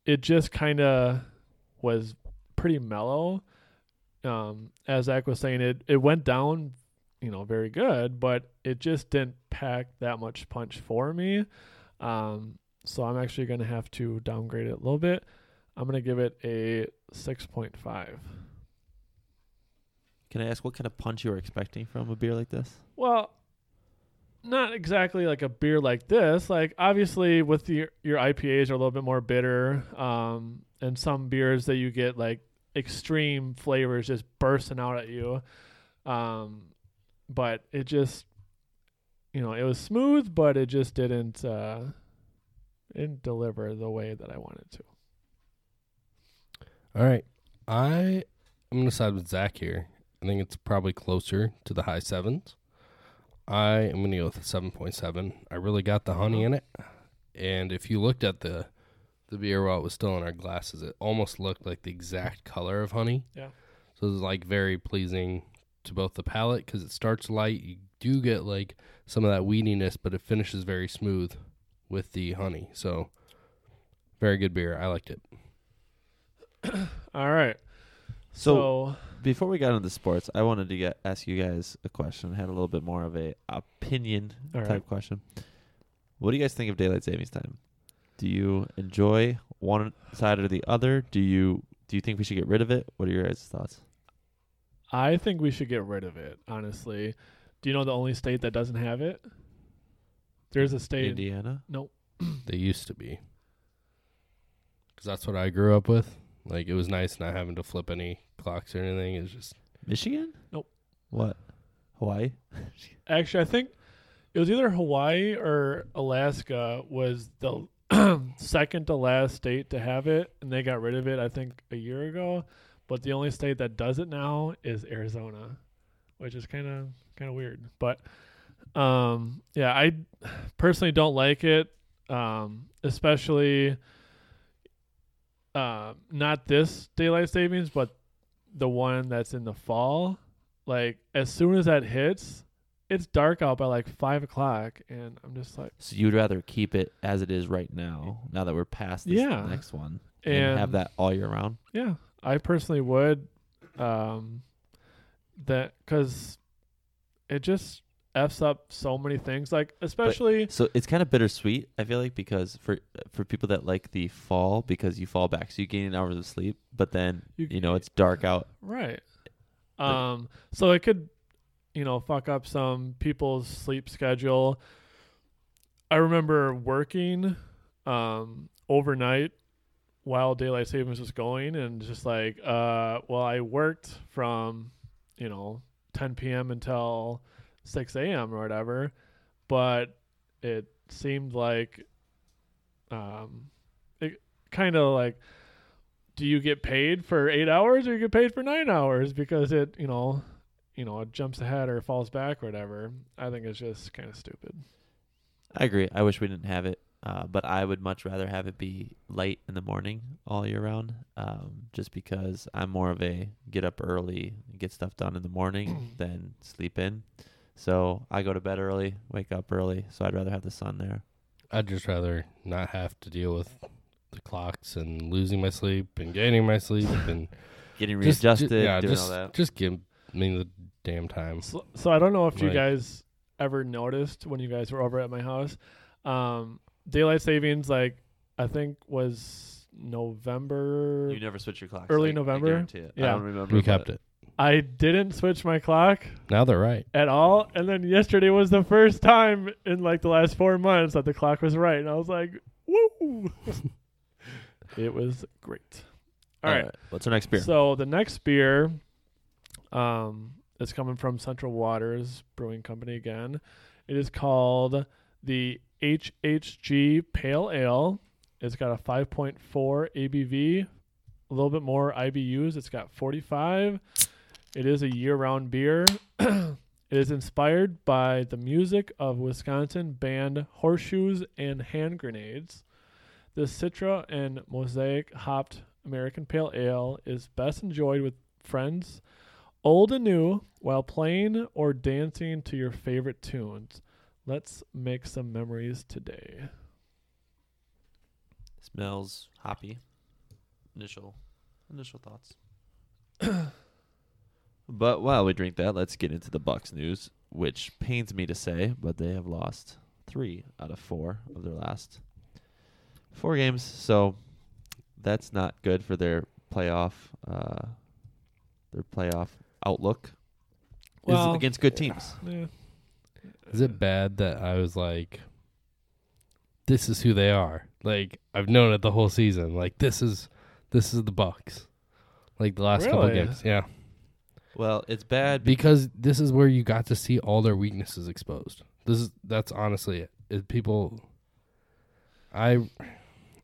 Speaker 3: it just kind of was pretty mellow. Um, as Zach was saying, it it went down, you know, very good, but it just didn't pack that much punch for me. Um, so I'm actually going to have to downgrade it a little bit. I'm going to give it a 6.5.
Speaker 1: Can I ask what kind of punch you were expecting from a beer like this?
Speaker 3: Well, not exactly like a beer like this. Like obviously, with your your IPAs are a little bit more bitter, um, and some beers that you get like extreme flavors just bursting out at you. Um, but it just, you know, it was smooth, but it just didn't uh, it didn't deliver the way that I wanted to.
Speaker 4: All right, I I'm gonna side with Zach here. I think it's probably closer to the high sevens. I am gonna go with a seven point seven. I really got the honey in it, and if you looked at the the beer while it was still in our glasses, it almost looked like the exact color of honey.
Speaker 3: Yeah.
Speaker 4: So it was like very pleasing to both the palate because it starts light. You do get like some of that weediness, but it finishes very smooth with the honey. So very good beer. I liked it.
Speaker 3: All right,
Speaker 1: So,
Speaker 3: so
Speaker 1: before we got into sports, I wanted to get, ask you guys a question. I had a little bit more of a opinion
Speaker 3: All
Speaker 1: type
Speaker 3: right.
Speaker 1: question. What do you guys think of daylight savings time? Do you enjoy one side or the other? Do you do you think we should get rid of it? What are your guys' thoughts?
Speaker 3: I think we should get rid of it, honestly. Do you know the only state that doesn't have it? There's a state.
Speaker 1: Indiana.
Speaker 3: Nope.
Speaker 4: They used to be. Because that's what I grew up with. Like, it was nice not having to flip any clocks or anything. It's just,
Speaker 1: Michigan?
Speaker 3: Nope.
Speaker 1: What? Hawaii?
Speaker 3: Actually, I think it was either Hawaii or Alaska was the second to last state to have it, and they got rid of it, I think, a year ago. But the only state that does it now is Arizona, which is kind of kind of weird. But um, yeah, I personally don't like it, um, especially uh, not this daylight savings, but the one that's in the fall. Like as soon as that hits, it's dark out by like five o'clock, and I'm just like,
Speaker 1: So you'd rather keep it as it is right now, now that we're past this
Speaker 3: Yeah.
Speaker 1: next one,
Speaker 3: and,
Speaker 1: and have that all year round?
Speaker 3: Yeah, I personally would. Um, that because it just f's up so many things. Like especially
Speaker 1: So it's kind of bittersweet, I feel like, because for for people that like the fall, because you fall back, so you gain hours of sleep, but then
Speaker 3: You-
Speaker 1: you, know it's dark out.
Speaker 3: right. Um, so it could, you know, fuck up some people's sleep schedule. I remember working um overnight while daylight savings was going and just like uh well I worked from you know 10 p.m. until 6 a.m. or whatever, but it seemed like, um, it kind of like, do you get paid for eight hours or you get paid for nine hours because it, you know, you know jumps ahead or falls back or whatever, I think it's just kind of stupid.
Speaker 1: I agree. I wish we didn't have it, uh, but I would much rather have it be late in the morning all year round, um, just because I'm more of a get up early, get stuff done in the morning than sleep in. So I go to bed early, wake up early. So I'd rather have the sun there.
Speaker 4: I'd just rather not have to deal with the clocks and losing my sleep and gaining my sleep and
Speaker 1: Getting
Speaker 4: just- ju-
Speaker 1: readjusted,
Speaker 4: yeah,
Speaker 1: doing
Speaker 4: just,
Speaker 1: all that.
Speaker 4: Just give me the damn time.
Speaker 3: So, so I don't know if you
Speaker 4: Right.
Speaker 3: guys ever noticed when you guys were over at my house, um, daylight savings like I think was November.
Speaker 1: You never switch your clocks.
Speaker 3: Early
Speaker 1: I- I
Speaker 3: November?
Speaker 1: guarantee it. I
Speaker 3: Yeah.
Speaker 1: don't remember.
Speaker 4: We
Speaker 1: but-
Speaker 4: kept it.
Speaker 3: I didn't switch my clock
Speaker 4: Now they're right.
Speaker 3: at all, and then yesterday was the first time in like the last four months that the clock was right, and I was like, "Woo!" it was great. All right.
Speaker 1: What's our next beer?
Speaker 3: So the next beer um, is coming from Central Waters Brewing Company again. It is called the HHG Pale Ale. It's got a 5.4 ABV, a little bit more IBUs. It's got 45. It is a year round beer. it is inspired by the music of Wisconsin band Horseshoes and Hand Grenades. The Citra and Mosaic hopped American Pale Ale is best enjoyed with friends, old and new, while playing or dancing to your favorite tunes. Let's make some memories today.
Speaker 1: Smells hoppy. Initial, initial thoughts. but while we drink that, let's get into the Bucks news, which pains me to say, but they have lost three out of four of their last four games. So that's not good for their playoff, uh, their playoff outlook. Is
Speaker 3: Well-
Speaker 1: against good teams.
Speaker 3: Yeah.
Speaker 4: Is it bad that I was like, this is who they are? Like I've known it the whole season. Like this is this is the Bucks. Like the last couple
Speaker 3: Really?
Speaker 4: games, yeah.
Speaker 1: Well, it's bad
Speaker 4: Because this is where you got to see all their weaknesses exposed. This is that's honestly it. It- people, I, I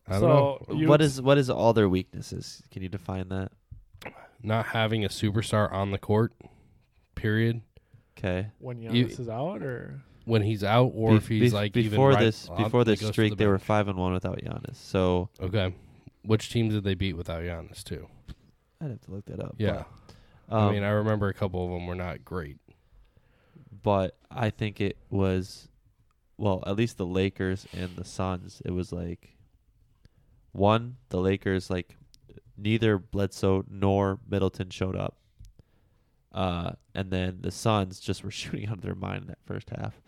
Speaker 4: don't
Speaker 3: So
Speaker 4: know.
Speaker 3: you-
Speaker 1: what is what is all their weaknesses? Can you define that?
Speaker 4: Not having a superstar on the court, period.
Speaker 1: Okay.
Speaker 3: When Giannis
Speaker 4: You-
Speaker 3: is out, or
Speaker 4: When he's out, or
Speaker 1: Be-
Speaker 4: if he's
Speaker 1: bef-
Speaker 4: like even
Speaker 1: before
Speaker 4: right
Speaker 1: this
Speaker 4: up,
Speaker 1: before
Speaker 4: he
Speaker 1: this
Speaker 4: goes to
Speaker 1: streak,
Speaker 4: the
Speaker 1: they were
Speaker 4: bench.
Speaker 1: five and one without Giannis. So
Speaker 4: okay. Which team did they beat without Giannis too?
Speaker 1: I'd have to look that up.
Speaker 4: Yeah,
Speaker 1: but, um,
Speaker 4: I mean, I remember a couple of them were not great.
Speaker 1: but I think it was, well, at least the Lakers and the Suns. It was like one, the Lakers like neither Bledsoe nor Middleton showed up, uh, and then the Suns just were shooting out of their mind that first half.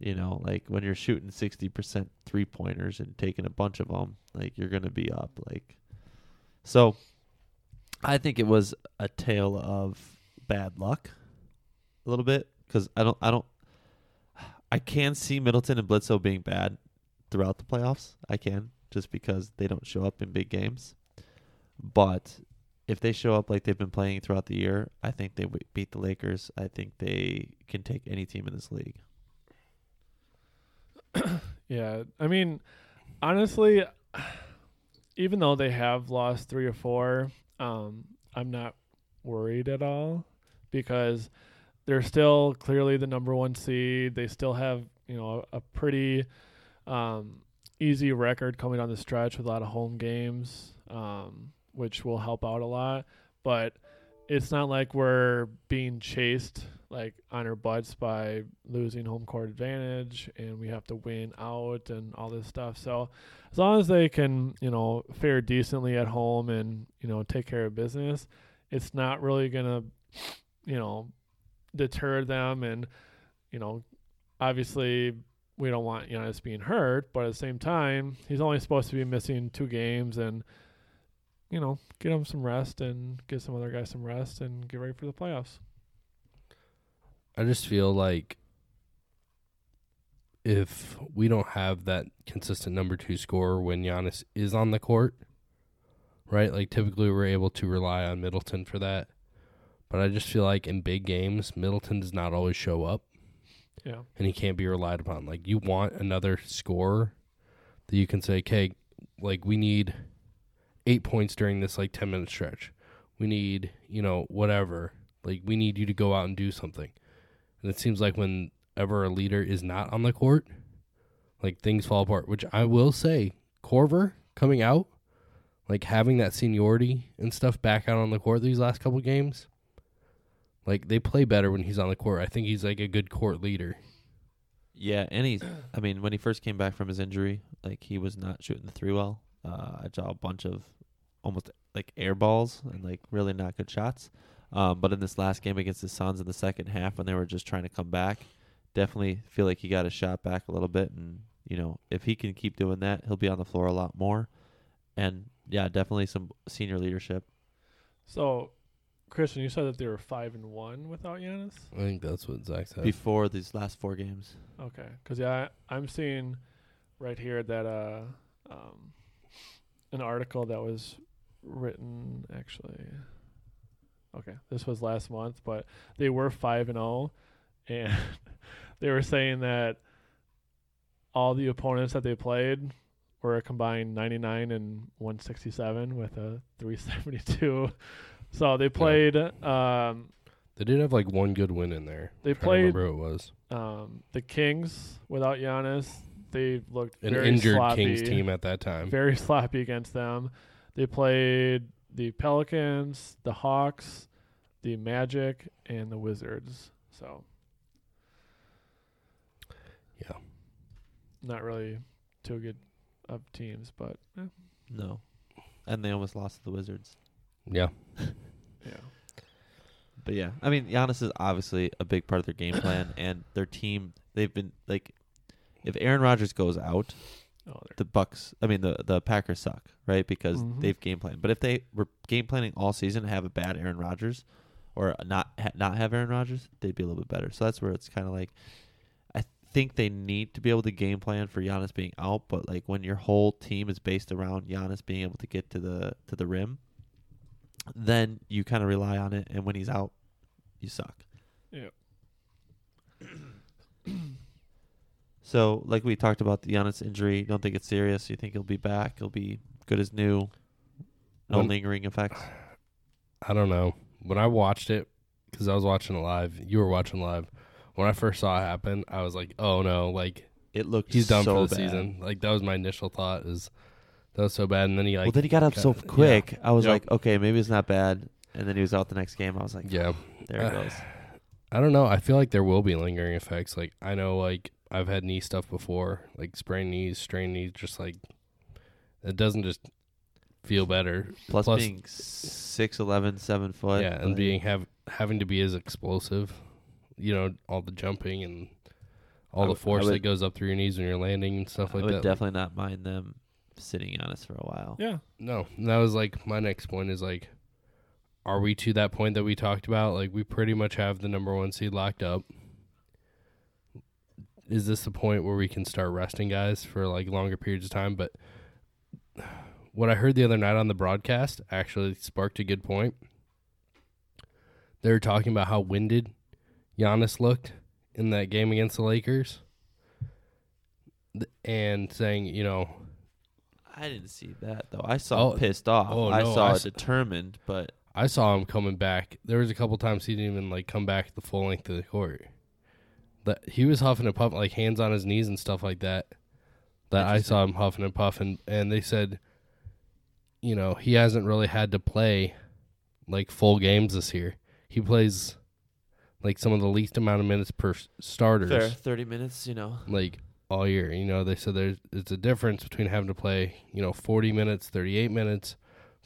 Speaker 1: You know, like when you're shooting sixty percent three pointers and taking a bunch of them, like you're gonna be up. Like, so I think it was a tale of bad luck, a little bit, because I don't, I don't, I can see Middleton and Bledsoe being bad throughout the playoffs. I can just because they don't show up in big games, but if they show up like they've been playing throughout the year, I think they w- beat the Lakers. I think they can take any team in this league.
Speaker 3: yeah, I mean, honestly, even though they have lost three or four, um, I'm not worried at all because they're still clearly the number one seed. They still have you know a, pretty um, easy record coming down the stretch with a lot of home games, um, which will help out a lot. But it's not like we're being chased like on our butts by losing home court advantage and we have to win out and all this stuff. So as long as they can, you know, fare decently at home and, you know, take care of business, it's not really going to, you know, deter them and, you know, obviously we don't want Giannis being hurt, but at the same time, he's only supposed to be missing two games and you know, get him some rest and get some other guys some rest and get ready for the playoffs.
Speaker 4: I just feel like if we don't have that consistent number two scorer when Giannis is on the court, right? Like typically we're able to rely on Middleton for that. But I just feel like in big games, Middleton does not always show up
Speaker 3: Yeah.
Speaker 4: and he can't be relied upon. Like you want another scorer that you can say, okay, like we need eight points during this like ten minute stretch. We need you know whatever. Like we need you to go out and do something. And it seems like whenever a leader is not on the court, like things fall apart. Which I will say, Corver coming out, like having that seniority and stuff back out on the court these last couple games, like they play better when he's on the court. I think he's like a good court leader.
Speaker 1: Yeah, and he's. I mean, when he first came back from his injury, like he was not shooting the three well. Uh, I saw a bunch of almost like air balls and like really not good shots. Um, but in this last game against the Suns in the second half, when they were just trying to come back, definitely feel like he got his shot back a little bit. And you know, if he can keep doing that, he'll be on the floor a lot more. And yeah, definitely some senior leadership.
Speaker 3: So, Christian, you said that they were five and one without Giannis.
Speaker 4: I think that's what Zach said.
Speaker 1: Before these last four games,
Speaker 3: Okay, because yeah, I, I'm seeing right here that uh, um, an article that was written actually. Okay, this was last month, but they were five and zero, and they were saying that all the opponents that they played were a combined 99 and 167 with a 372. So they played um,
Speaker 4: They did have like one good win in there.
Speaker 3: They
Speaker 4: I'm trying to
Speaker 3: played-
Speaker 4: Remember who it was
Speaker 3: um, the Kings without Giannis, they looked
Speaker 4: an
Speaker 3: very
Speaker 4: injured
Speaker 3: sloppy,
Speaker 4: Kings team at that time.
Speaker 3: very sloppy against them. They played the Pelicans, the Hawks, the Magic, and the Wizards. So,
Speaker 4: Yeah.
Speaker 3: not really two good of teams, but eh,
Speaker 1: no, and they almost lost to the Wizards.
Speaker 4: Yeah,
Speaker 3: yeah,
Speaker 1: But yeah, I mean, Giannis is obviously a big part of their game plan and their team. They've been like, if Aaron Rodgers goes out,
Speaker 3: oh, they're
Speaker 1: the Bucks, I mean, the the Packers suck, right? Because
Speaker 3: Mhm.
Speaker 1: they've game planned. But if they were game planning all season and have a bad Aaron Rodgers, or not ha- not have Aaron Rodgers, they'd be a little bit better. So that's where it's kind of like, I think they need to be able to game plan for Giannis being out. But like when your whole team is based around Giannis being able to get to the to the rim, then you kind of rely on it. And when he's out, you suck. So, like we talked about the Giannis injury, you don't think it's serious. You think he'll be back? He'll be good as new. No
Speaker 4: When-
Speaker 1: lingering effects.
Speaker 4: I don't know. When I watched it, because I was watching it live, you were watching live. When I first saw it happen, I was like, "Oh no!" Like
Speaker 1: It looked
Speaker 4: he's done
Speaker 1: so
Speaker 4: for the
Speaker 1: bad.
Speaker 4: season. Like that was my initial thought is that was so bad, and then he like,
Speaker 1: well, then he got up so
Speaker 4: got- yeah.
Speaker 1: quick. I was
Speaker 4: Yep.
Speaker 1: like, okay, maybe it's not bad. And then he was out the next game. I was like,
Speaker 4: yeah,
Speaker 1: there it
Speaker 4: Uh,
Speaker 1: goes.
Speaker 4: I don't know. I feel like there will be lingering effects. Like I know, like I've had knee stuff before, like sprained knees, strained knees. Just like it doesn't just feel better.
Speaker 1: Plus,
Speaker 4: plus-
Speaker 1: being 6'11", 7 foot.
Speaker 4: yeah, and
Speaker 1: like,
Speaker 4: being have having to be as explosive, you know, all the jumping and all
Speaker 1: I
Speaker 4: the
Speaker 1: would- I
Speaker 4: force that
Speaker 1: would-
Speaker 4: goes up through your knees when you're landing and stuff
Speaker 1: I
Speaker 4: like
Speaker 1: would
Speaker 4: that. Like,
Speaker 1: definitely not mind them sitting on us for a while.
Speaker 3: yeah.
Speaker 4: no, and that was like my next point is like, are we to that point that we talked about? Like we pretty much have the number one seed locked up. Is this the point where we can start resting guys for like longer periods of time? But what I heard the other night on the broadcast actually sparked a good point. They were talking about how winded Giannis looked in that game against the Lakers, Th- and saying, you know,
Speaker 1: I didn't see that, though. I saw
Speaker 4: Oh,
Speaker 1: pissed off.
Speaker 4: oh,
Speaker 1: I
Speaker 4: no,
Speaker 1: saw
Speaker 4: I
Speaker 1: it
Speaker 4: s-
Speaker 1: determined, but
Speaker 4: I saw him coming back. There was a couple times he didn't even like come back the full length of the court. That he was huffing and puffing, like hands on his knees and stuff like that. That I saw him huffing and puffing, and they said, you know, he hasn't really had to play like full games this year. He plays like some of the least amount of minutes per s- starters
Speaker 1: fair, 30 minutes, you know.
Speaker 4: like all year. You know, they said there's it's a difference between having to play, you know, 40 minutes, 38 minutes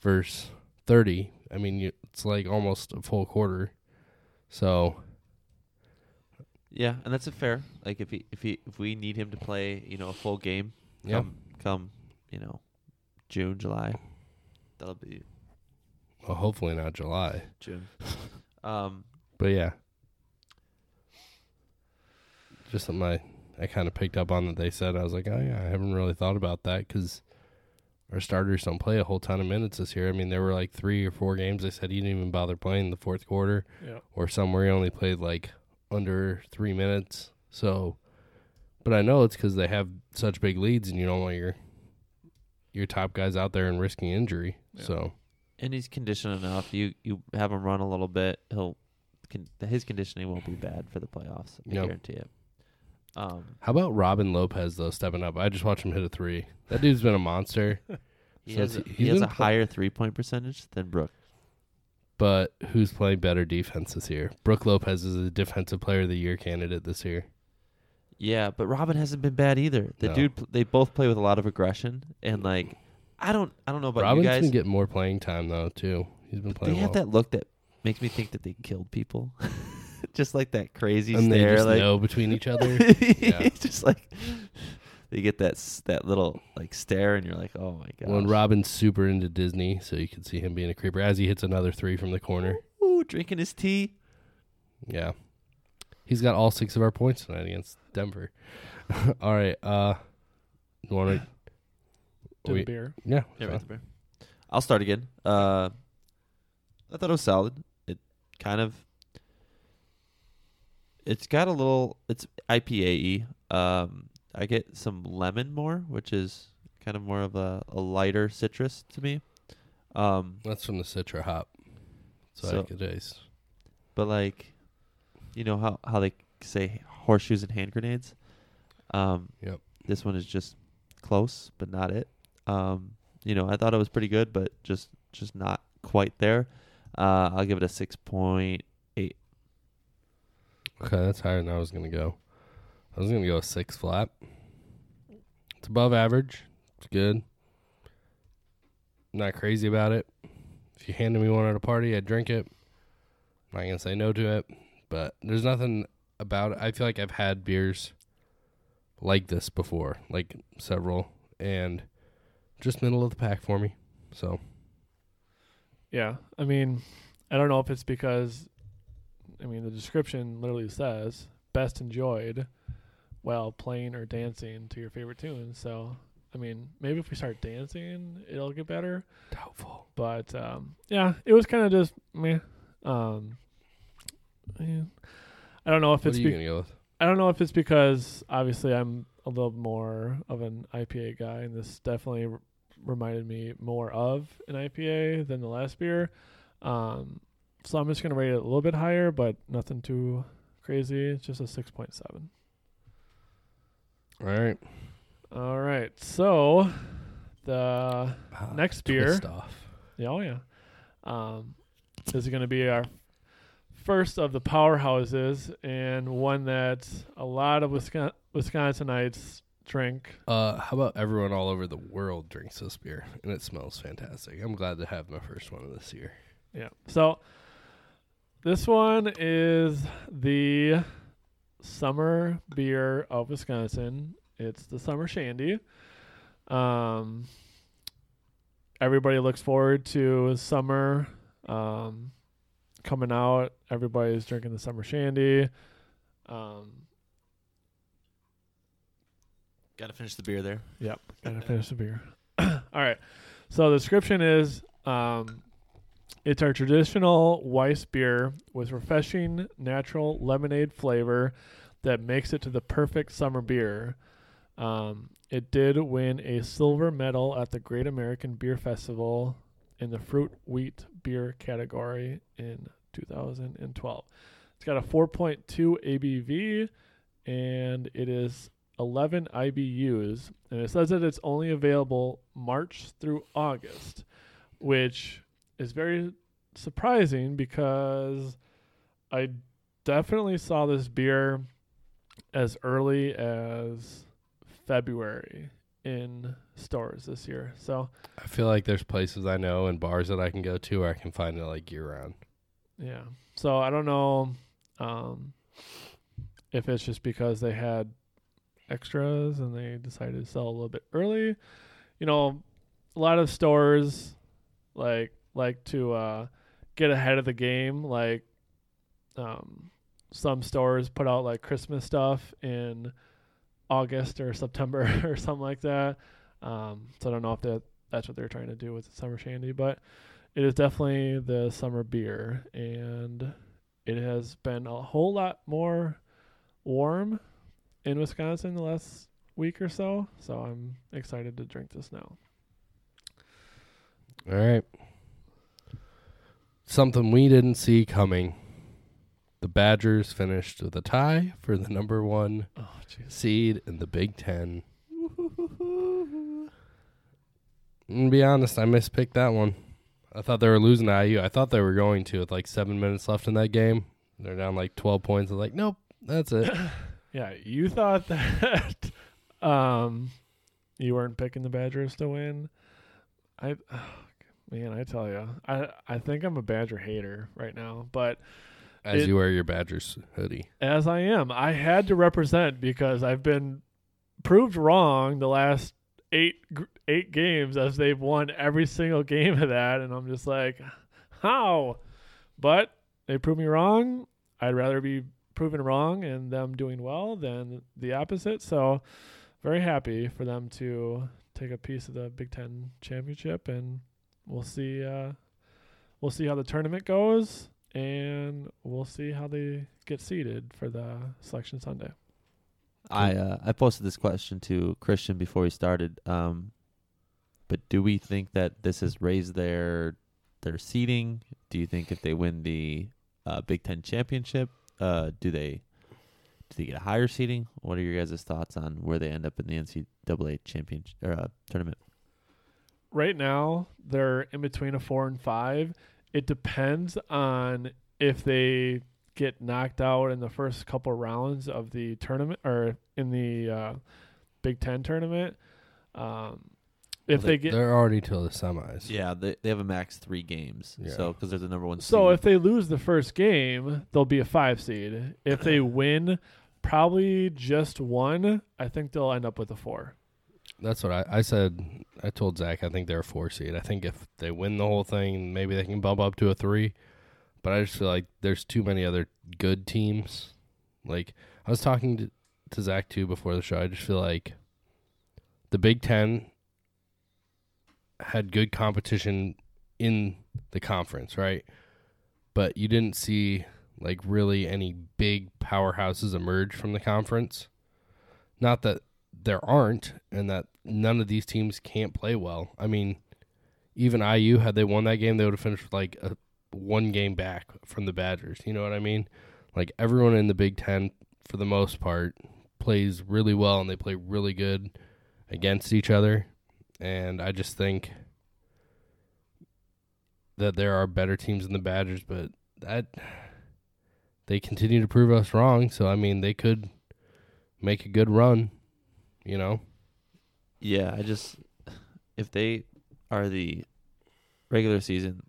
Speaker 4: versus 30. I mean, you, it's like almost a full quarter. So,
Speaker 1: Yeah, and that's a fair. Like if he if he if we need him to play, you know, a full game
Speaker 4: yeah.
Speaker 1: come come, you know, June, July. That'll be
Speaker 4: Well, hopefully not July.
Speaker 1: June. um
Speaker 4: But yeah. Just something I, I kind of picked up on that they said. I was like, oh, yeah, I haven't really thought about that because our starters don't play a whole ton of minutes this year. I mean, there were like three or four games they said he didn't even bother playing the fourth quarter.
Speaker 3: Yeah.
Speaker 4: or some where he only played like under three minutes. So, but I know it's because they have such big leads, and you don't want your your top guys out there and risking injury.
Speaker 3: Yeah.
Speaker 4: So,
Speaker 1: and he's conditioned enough. You you have him run a little bit, he'll con- that his conditioning won't be bad for the playoffs. I
Speaker 4: No.
Speaker 1: guarantee it. Um,
Speaker 4: How about Robin Lopez though stepping up? I just watched him hit a three. That dude's been a monster.
Speaker 1: he
Speaker 4: So
Speaker 1: has, a,
Speaker 4: it's-
Speaker 1: he
Speaker 4: he's
Speaker 1: has a
Speaker 4: been pl-
Speaker 1: higher three point percentage than Brooke.
Speaker 4: But who's playing better defense this year? Brooke Lopez is a defensive player of the year candidate this year.
Speaker 1: Yeah, but Robin hasn't been bad either. The
Speaker 4: No.
Speaker 1: dude, pl- they both play with a lot of aggression and like, I don't, I don't know about
Speaker 4: Robin's
Speaker 1: you guys.
Speaker 4: been getting more playing time though too. He's been
Speaker 1: they
Speaker 4: playing well.
Speaker 1: have that look that makes me think that they killed people, just like that crazy
Speaker 4: and they
Speaker 1: stare,
Speaker 4: just
Speaker 1: like
Speaker 4: know between each other. Yeah.
Speaker 1: just like they get that s- that little like stare, and you're like, oh my god.
Speaker 4: Well, and Robin's super into Disney, so you can see him being a creeper as he hits another three from the corner.
Speaker 1: Ooh, drinking his tea.
Speaker 4: Yeah. He's got all six of our points tonight against Denver. all right. Uh you wanna
Speaker 3: to
Speaker 4: we-
Speaker 3: the beer.
Speaker 4: Yeah.
Speaker 1: Here,
Speaker 4: fine.
Speaker 1: right there. I'll start again. Uh, I thought it was solid. It kind of. It's got a little. It's IPA y. Um, I get some lemon more, which is kind of more of a, a lighter citrus to me. Um,
Speaker 4: That's from the Citra hop. So,
Speaker 1: So-
Speaker 4: I think it is.
Speaker 1: but like, you know how how they say horseshoes and hand grenades. Um,
Speaker 4: Yep.
Speaker 1: This one is just close, but not it. Um, you know, I thought it was pretty good, but just just not quite there. Uh, I'll give it a six point.
Speaker 4: Okay, that's higher than I was gonna go. I was gonna go a six flat. It's above average. It's good. Not crazy about it. If you handed me one at a party, I'd drink it. I'm not gonna say no to it, but there's nothing about it. I feel like I've had beers like this before, like several, and just middle of the pack for me. So
Speaker 3: Yeah, I mean, I don't know if it's because, I mean, the description literally says best enjoyed while playing or dancing to your favorite tune. So, I mean, maybe if we start dancing, it'll get better.
Speaker 4: doubtful.
Speaker 3: But um, yeah, it was kind of just meh. Um, yeah. I don't know if
Speaker 4: What
Speaker 3: it's
Speaker 4: are you
Speaker 3: be-
Speaker 4: gonna go with?
Speaker 3: I don't know if it's because obviously I'm a little more of an IPA guy, and this definitely r- reminded me more of an IPA than the last beer. Um, so I'm just gonna rate it a little bit higher, but nothing too crazy. It's just a six point seven.
Speaker 4: All right.
Speaker 3: All right, so the
Speaker 4: Ah,
Speaker 3: next beer,
Speaker 4: twist off.
Speaker 3: yeah, oh yeah, um, is gonna be our first of the powerhouses and one that a lot of Wisconsin- Wisconsinites drink
Speaker 4: Uh, how about everyone all over the world drinks this beer and it smells fantastic. I'm glad to have my first one of this year.
Speaker 3: Yeah. So this one is the summer beer of Wisconsin. It's the summer shandy. Um, everybody looks forward to summer um, coming out. Everybody's drinking the summer shandy. Um,
Speaker 1: Got to finish the beer there.
Speaker 3: Yep, gotta finish the beer. All right. So the description is um, it's our traditional Weiss beer with refreshing natural lemonade flavor that makes it to the perfect summer beer. Um, it did win a silver medal at the Great American Beer Festival in the fruit wheat beer category in 2012. It's got a 4.2 ABV and it is 11 IBUs, and it says that it's only available March through August, which is very surprising because I definitely saw this beer as early as February in stores this year. So,
Speaker 4: I feel like there's places I know and bars that I can go to where I can find it like year round.
Speaker 3: yeah. So, I don't know um, if it's just because they had extras and they decided to sell a little bit early. You know, a lot of stores like like to uh, get ahead of the game. Like um, some stores put out like Christmas stuff in August or September or something like that. Um, so I don't know if that that's what they're trying to do with the summer shandy, but it is definitely the summer beer, and it has been a whole lot more warm in Wisconsin the last week or so. So I'm excited to drink this now.
Speaker 4: All right. Something we didn't see coming. Badgers finished with a tie for the number one
Speaker 3: Oh, jeez.
Speaker 4: seed in the Big Ten. And to be honest, I mispicked that one. I thought they were losing to IU. I thought they were going to with like seven minutes left in that game. They're down like twelve points. I'm like, nope, that's it.
Speaker 3: Yeah, you thought that um, you weren't picking the Badgers to win. I, man, I tell you, I I think I'm a Badger hater right now, but
Speaker 4: As
Speaker 3: It-
Speaker 4: you wear your Badgers hoodie.
Speaker 3: as I am. I had to represent because I've been proved wrong the last eight gr- eight games as they've won every single game of that, and I'm just like, how? But they proved me wrong. I'd rather be proven wrong and them doing well than the opposite. So very happy for them to take a piece of the Big Ten championship, and we'll see. Uh, we'll see how the tournament goes and we'll see how they get seeded for the selection Sunday.
Speaker 1: I uh, I posted this question to Christian before we started. Um, but do we think that this has raised their their seeding? Do you think if they win the uh, Big Ten championship, uh, do they do they get a higher seeding? What are your guys' thoughts on where they end up in the NCAA championship or uh, tournament?
Speaker 3: Right now, they're in between a four and five. It depends on if they get knocked out in the first couple rounds of the tournament or in the uh, Big Ten tournament. Um, if
Speaker 4: Well,
Speaker 3: they get
Speaker 4: they're already till the semis.
Speaker 1: Yeah, they they have a max three games,
Speaker 4: Yeah.
Speaker 1: so because they're the number one.
Speaker 3: So
Speaker 1: seed.
Speaker 3: if they lose the first game, they'll be a five seed. If they win, probably just one. I think they'll end up with a four.
Speaker 4: That's what I, I said. I told Zach I think they're a four seed. I think if they win the whole thing, maybe they can bump up to a three. But I just feel like there's too many other good teams. Like I was talking to, to Zach too before the show. I just feel like the Big Ten had good competition in the conference, right? But you didn't see like really any big powerhouses emerge from the conference. Not that there aren't and that none of these teams can't play well. I mean, even IU had they won that game, they would have finished with, like a one game back from the Badgers. You know what I mean? Like everyone in the Big 10 for the most part plays really well and they play really good against each other and I just think that there are better teams than the Badgers, but that they continue to prove us wrong, so I mean, they could make a good run you know
Speaker 1: Yeah, I just if they are the regular season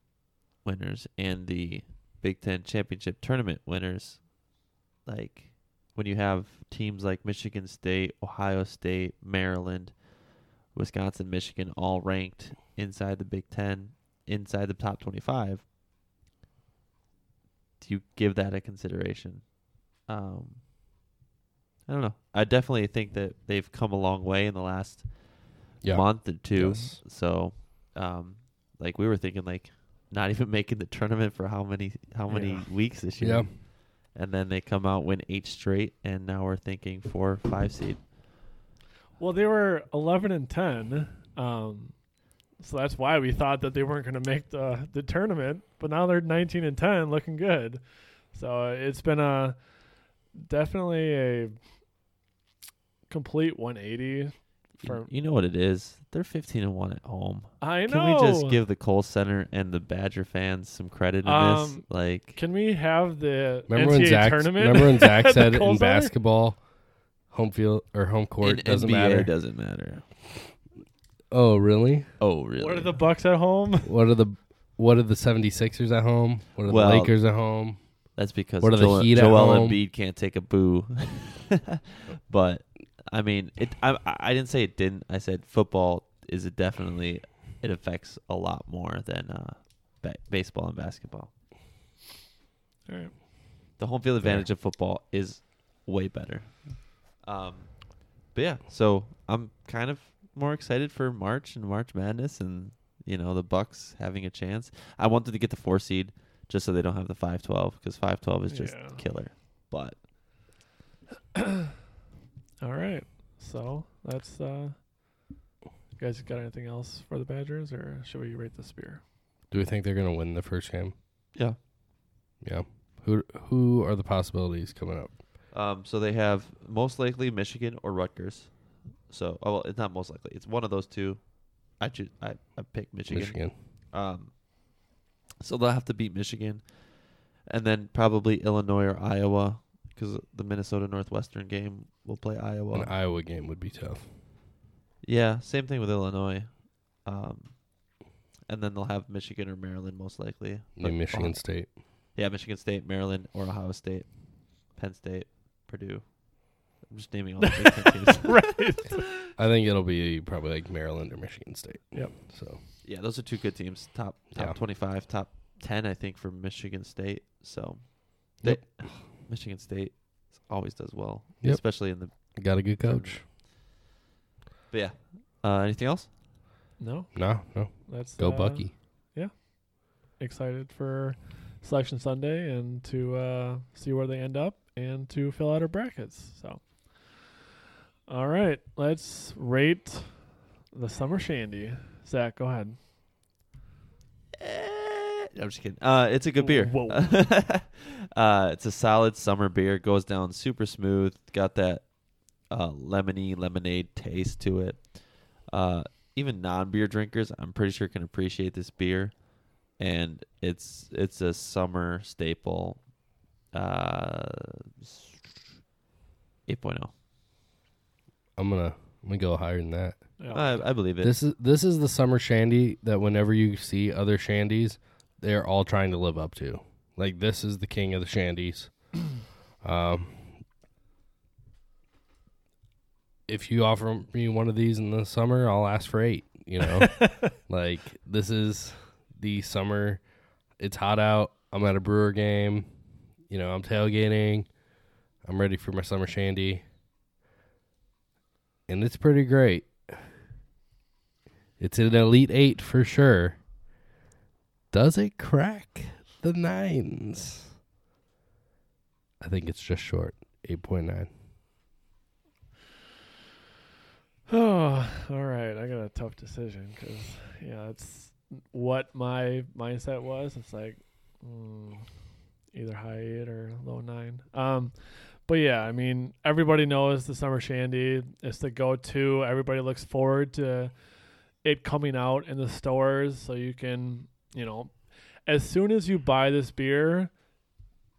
Speaker 1: winners and the Big Ten championship tournament winners, like when you have teams like Michigan State, Ohio State, Maryland, Wisconsin, Michigan, all ranked inside the Big Ten, inside the top twenty-five, do you give that a consideration? Um, I don't know. I definitely think that they've come a long way in the last
Speaker 4: yeah
Speaker 1: month or two.
Speaker 4: Yes.
Speaker 1: So, um, like we were thinking, like not even making the tournament for how many how many
Speaker 3: Yeah.
Speaker 1: weeks this year.
Speaker 4: yeah
Speaker 1: And then they come out win eight straight, and now we're thinking four five seed.
Speaker 3: Well, they were 11 and 10. Um, so that's why we thought that they weren't going to make the, the tournament. But now they're 19 and 10, looking good. So uh, it's been a definitely a complete 180.
Speaker 1: You-
Speaker 3: For
Speaker 1: you know what it is? They're fifteen and one at home.
Speaker 3: I
Speaker 1: Can
Speaker 3: know.
Speaker 1: we just give the Cole Center and the Badger fans some credit in this?
Speaker 3: Um,
Speaker 1: Like,
Speaker 3: Can we have the
Speaker 4: remember
Speaker 3: NCAA
Speaker 4: when zach
Speaker 3: tournament?
Speaker 4: remember when
Speaker 3: at
Speaker 4: zach
Speaker 3: the
Speaker 4: said in
Speaker 3: Kohl's Center?
Speaker 4: basketball home field or home court
Speaker 1: in
Speaker 4: doesn't
Speaker 1: NBA
Speaker 4: matter
Speaker 1: Doesn't matter.
Speaker 4: oh really
Speaker 1: Oh, really?
Speaker 3: What are the Bucks at home?
Speaker 4: what are the what are the 76ers at home what are
Speaker 1: Well,
Speaker 4: the lakers at home
Speaker 1: That's because
Speaker 4: What are the
Speaker 1: Joel,
Speaker 4: Heat at
Speaker 1: Joel
Speaker 4: home?
Speaker 1: Embiid can't take a boo. but I mean, it. I, I- I didn't say it didn't. I said football is it definitely. It affects a lot more than uh, ba- baseball and basketball.
Speaker 3: All right.
Speaker 1: The home field advantage of football is way better. Um, but yeah, so I'm kind of more excited for March and March Madness, and you know the Bucks having a chance. I wanted to get the four seed just so they don't have the five twelve because five twelve is just
Speaker 3: Yeah.
Speaker 1: killer. But
Speaker 3: All right. So that's uh you guys got anything else for the Badgers or should we rate this beer?
Speaker 4: do we think they're gonna win the first game
Speaker 1: yeah,
Speaker 4: yeah Who who are the possibilities coming up?
Speaker 1: Um, so they have most likely Michigan or Rutgers. So, oh, well, it's not most likely. It's one of those two. I choose, I, I pick Michigan.
Speaker 4: Michigan.
Speaker 1: Um, so they'll have to beat Michigan, and then probably Illinois or Iowa because the Minnesota Northwestern game will play Iowa.
Speaker 4: An Iowa game would be tough.
Speaker 1: Yeah, same thing with Illinois. Um, and then they'll have Michigan or Maryland most likely.
Speaker 4: New
Speaker 1: But- uh,
Speaker 4: Michigan State.
Speaker 1: Yeah, Michigan State, Maryland, or Ohio State, Penn State, Purdue. I'm just
Speaker 3: Oh,
Speaker 1: naming all the Big Ten teams.
Speaker 3: right.
Speaker 4: I think it'll be probably like Maryland or Michigan State.
Speaker 3: Yep.
Speaker 4: So
Speaker 1: Yeah, those are two good teams. Top top
Speaker 4: Yeah.
Speaker 1: 25, top 10 I think for Michigan State. So they,
Speaker 4: Yep.
Speaker 1: Michigan State always does well,
Speaker 4: Yep.
Speaker 1: especially in the
Speaker 4: got a good coach.
Speaker 1: But yeah. Uh, anything else?
Speaker 3: No,
Speaker 4: No, no.
Speaker 3: that's
Speaker 4: Go
Speaker 3: uh,
Speaker 4: Bucky.
Speaker 3: Excited for Selection Sunday and to uh, see where they end up and to fill out our brackets. So, all right, let's rate the summer shandy. Zach, go ahead.
Speaker 1: I'm just kidding. Uh, it's a good beer.
Speaker 3: Whoa.
Speaker 1: uh, it's a solid summer beer. Goes down super smooth. Got that uh, lemony lemonade taste to it. Uh, even non-beer drinkers, I'm pretty sure, can appreciate this beer. And it's it's a summer staple. Uh, oh. 8.0.
Speaker 4: I'm gonna I'm gonna go higher than that.
Speaker 3: Yeah.
Speaker 1: I, I believe it.
Speaker 4: This is this is the summer shandy that whenever you see other shandies, they're all trying to live up to. Like this is the king of the shandies. um, if you offer me one of these in the summer, I'll ask for eight. You know, like this is the summer. It's hot out. I'm at a brewer game. You know, I'm tailgating. I'm ready for my summer shandy. And it's pretty great. It's an elite eight for sure. Does it crack the nines? I think it's just short. Eight point nine.
Speaker 3: Oh, all right. I got a tough decision because yeah, that's what my mindset was. It's like mm, either high eight or low nine. Um, but yeah, I mean, everybody knows the summer shandy. It's the go-to. Everybody looks forward to it coming out in the stores, so you can, you know, as soon as you buy this beer.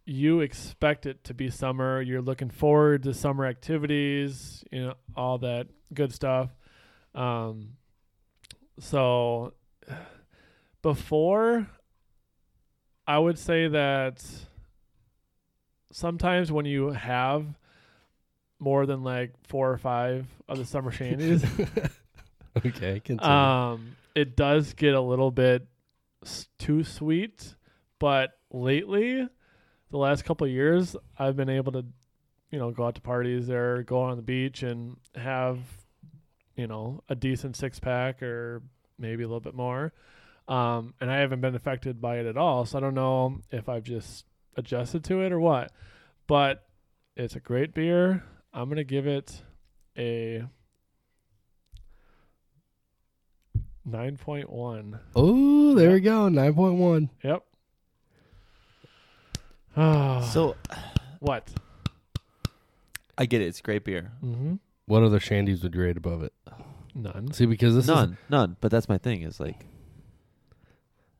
Speaker 3: You expect it to be summer. You're looking forward to summer activities, you know, all that good stuff. Um, so before, I would say that sometimes when you have more than like four or five of the summer shandies,
Speaker 4: Okay, continue.
Speaker 3: um, it does get a little bit s- too sweet, but lately, the last couple of years, I've been able to, you know, go out to parties or go on the beach and have, you know, a decent six pack or maybe a little bit more. Um, and I haven't been affected by it at all. So I don't know if I've just adjusted to it or what, but it's a great beer. I'm going to give it a 9.1.
Speaker 4: oh, there we go. Nine point one.
Speaker 3: Yep. Ah,
Speaker 1: so
Speaker 3: what?
Speaker 1: I get it. It's great beer.
Speaker 3: Mm-hmm.
Speaker 4: What other shandies would you rate above it?
Speaker 3: None.
Speaker 4: See, because this is
Speaker 1: None, none. But that's my thing. Is like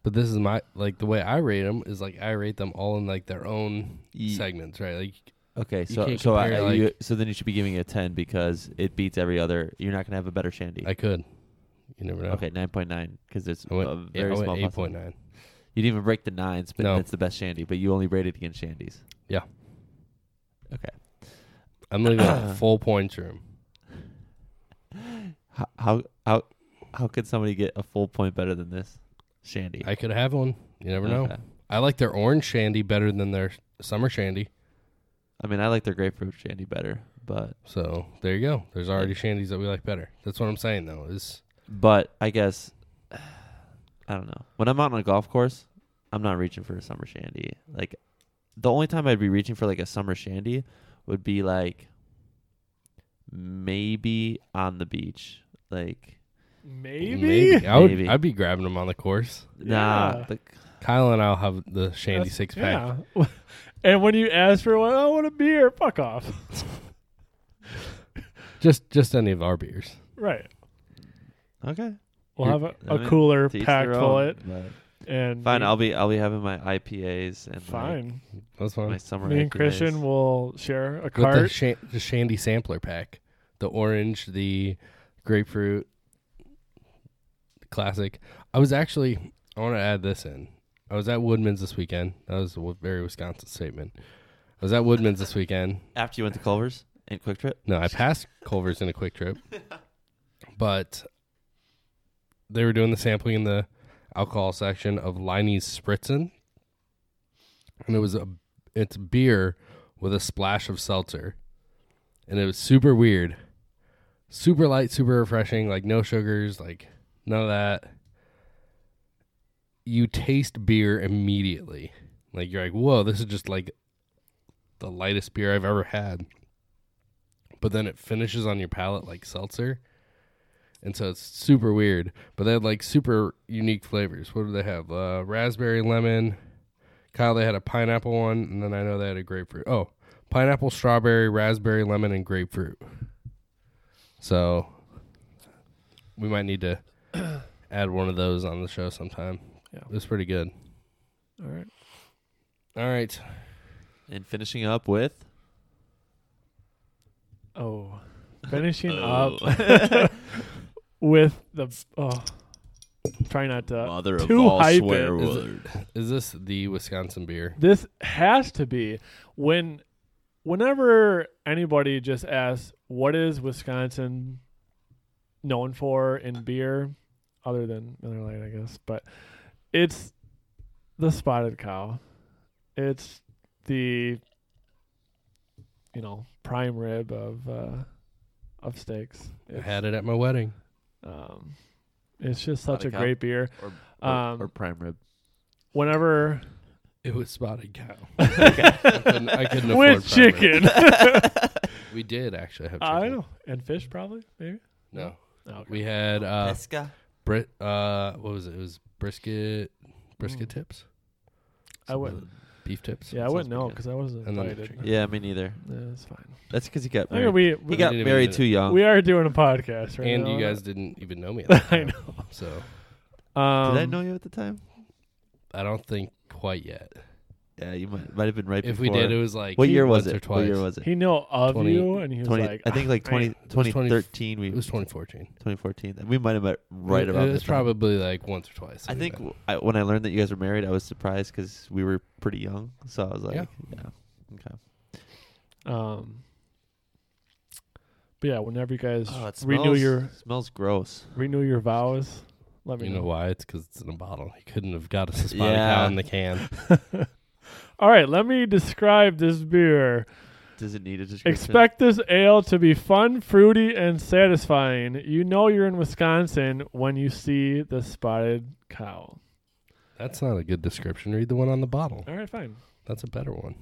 Speaker 4: but this is my like the way I rate them is like I rate them all in like their own
Speaker 1: Ye-
Speaker 4: segments, right? Like
Speaker 1: Okay, so
Speaker 4: can't
Speaker 1: so I,
Speaker 4: compare,
Speaker 1: I- you-
Speaker 4: like-
Speaker 1: so then you should be giving it a ten because it beats every other. You're not gonna have a better shandy.
Speaker 4: I could. You never know.
Speaker 1: Okay, nine point nine because it's
Speaker 4: I went,
Speaker 1: a very
Speaker 4: I
Speaker 1: small.
Speaker 4: went eight
Speaker 1: possibility.
Speaker 4: point nine.
Speaker 1: You didn't even break the nines, but
Speaker 4: No.
Speaker 1: that's the best shandy. But you only rated against shandies.
Speaker 4: Yeah.
Speaker 1: Okay.
Speaker 4: I'm gonna go full points room.
Speaker 1: How how how, how could somebody get a full point better than this shandy?
Speaker 4: I could have one. You never know.
Speaker 1: Okay.
Speaker 4: I like their orange shandy better than their summer shandy.
Speaker 1: I mean, I like their grapefruit shandy better, but
Speaker 4: So there you go. There's already shandies that we like better. That's what I'm saying though. Is
Speaker 1: but I guess I don't know. When I'm out on a golf course, I'm not reaching for a summer shandy. Like the only time I'd be reaching for like a summer shandy would be like maybe on the beach. Like
Speaker 3: Maybe. Uh,
Speaker 4: I would
Speaker 1: Maybe.
Speaker 4: I'd be grabbing them on the course.
Speaker 1: nah,
Speaker 3: Yeah.
Speaker 1: the,
Speaker 4: Kyle and I'll have the shandy
Speaker 3: That's-
Speaker 4: six pack.
Speaker 3: Yeah. And when you ask for one, I want a beer. Fuck off.
Speaker 4: Just just any of our beers.
Speaker 3: Right.
Speaker 1: Okay.
Speaker 3: We'll
Speaker 1: You're-
Speaker 3: have a,
Speaker 1: I
Speaker 3: a
Speaker 1: mean,
Speaker 3: cooler
Speaker 1: to each
Speaker 3: packed
Speaker 1: their
Speaker 3: full
Speaker 1: own,
Speaker 3: it,
Speaker 1: but-
Speaker 3: and
Speaker 1: Fine,
Speaker 3: we-
Speaker 1: I'll be I'll be having my IPAs and
Speaker 3: fine.
Speaker 4: That's
Speaker 1: my, my
Speaker 4: fine.
Speaker 1: summer.
Speaker 3: Me and Christian
Speaker 1: IPAs.
Speaker 3: will share a
Speaker 4: With the,
Speaker 3: cart.
Speaker 4: shan- the Shandy sampler pack, the orange, the grapefruit, classic. I was actually I want to add this in. I was at Woodman's this weekend. That was a w- very Wisconsin statement. I was at Woodman's this weekend.
Speaker 1: after you went to Culver's and Quick Trip.
Speaker 4: No, I passed Culver's in a quick trip, but they were doing the sampling in the alcohol section of Liney's Spritzen, and it was a it's beer with a splash of seltzer, and it was super weird, super light, super refreshing, like no sugars, like none of that. You taste beer immediately, like you're like, whoa, this is just like the lightest beer I've ever had but then it finishes on your palate like seltzer. And so it's super weird. But they had like super unique flavors. What did they have? Uh, raspberry, lemon. Kyle, they had a pineapple one. And then I know they had a grapefruit. Oh, pineapple, strawberry, raspberry, lemon, and grapefruit. So we might need to add one of those on the show sometime.
Speaker 3: Yeah.
Speaker 4: It was pretty good.
Speaker 3: All right.
Speaker 4: All right.
Speaker 1: And finishing up with
Speaker 3: Oh, finishing
Speaker 1: Oh.
Speaker 3: up with the oh. Try not to.
Speaker 1: Mother
Speaker 3: of too all hype swear it.
Speaker 4: word. Is this the Wisconsin beer?
Speaker 3: This has to be when, whenever anybody just asks, "What is Wisconsin known for in beer?" Other than Miller Lite, I guess, but it's the Spotted Cow. It's the you know prime rib of uh, of steaks.
Speaker 4: I
Speaker 3: It's,
Speaker 4: had it at my wedding.
Speaker 3: um, it's just such
Speaker 1: Spotted
Speaker 3: a
Speaker 1: Cow.
Speaker 3: great beer.
Speaker 1: Or, or,
Speaker 3: Um,
Speaker 1: or prime rib.
Speaker 3: Whenever
Speaker 4: It was spotted cow. I couldn't, I couldn't afford
Speaker 3: with
Speaker 4: prime rib.
Speaker 3: chicken,
Speaker 4: We did actually have chicken.
Speaker 3: I know, and fish probably maybe.
Speaker 4: No,
Speaker 3: Oh,
Speaker 4: we had uh,
Speaker 1: Pesca.
Speaker 4: bri- uh, what was it? It was brisket, brisket tips,
Speaker 3: Mm. I wouldn't.
Speaker 4: beef tips.
Speaker 3: Yeah, I
Speaker 1: sounds
Speaker 3: wouldn't know
Speaker 1: pretty
Speaker 3: because I wasn't
Speaker 4: And then
Speaker 3: invited.
Speaker 4: chicken.
Speaker 1: Yeah, me neither.
Speaker 3: Yeah, it's fine.
Speaker 1: That's because he got
Speaker 3: I mean,
Speaker 1: married.
Speaker 3: we
Speaker 1: he
Speaker 3: we,
Speaker 1: got
Speaker 4: didn't even
Speaker 1: married
Speaker 4: do
Speaker 1: too young.
Speaker 3: we are doing a podcast right
Speaker 4: And
Speaker 3: now.
Speaker 4: you guys didn't even know me. At that
Speaker 3: I
Speaker 4: time, So
Speaker 3: Um,
Speaker 1: Did I know you at the time?
Speaker 4: I don't think quite yet.
Speaker 1: Yeah, you might might have been right
Speaker 4: If
Speaker 1: before.
Speaker 4: we did, it was like
Speaker 1: what year was
Speaker 4: once
Speaker 1: it?
Speaker 4: Or twice.
Speaker 1: What year was it?
Speaker 3: He knew of
Speaker 4: 20
Speaker 3: you, and he was
Speaker 1: 20,
Speaker 3: like,
Speaker 1: I think like 20,
Speaker 4: was 20
Speaker 1: 2013 we
Speaker 4: It was 2014.
Speaker 1: 2014. We might have met right
Speaker 4: It-
Speaker 1: about
Speaker 4: It
Speaker 1: this
Speaker 4: was
Speaker 1: time.
Speaker 4: probably like once or twice.
Speaker 1: I
Speaker 4: that we
Speaker 1: think
Speaker 4: met.
Speaker 1: w I when I learned that you guys were married, I was surprised because we were pretty young. So I was like,
Speaker 4: Yeah.
Speaker 1: yeah, okay.
Speaker 3: Um, but yeah, whenever you guys
Speaker 1: Oh, it
Speaker 3: renew your
Speaker 1: smells gross.
Speaker 3: renew your vows, let me
Speaker 4: You know why? It's because it's in a bottle. He couldn't have got us a spotted
Speaker 1: Yeah.
Speaker 4: cow in the can.
Speaker 3: All right, let me describe this beer.
Speaker 1: Does it need a description?
Speaker 3: Expect this ale to be fun, fruity, and satisfying. You know you're in Wisconsin when you see the spotted cow.
Speaker 4: That's not a good description. Read the one on the bottle.
Speaker 3: All right, fine.
Speaker 4: That's a better one.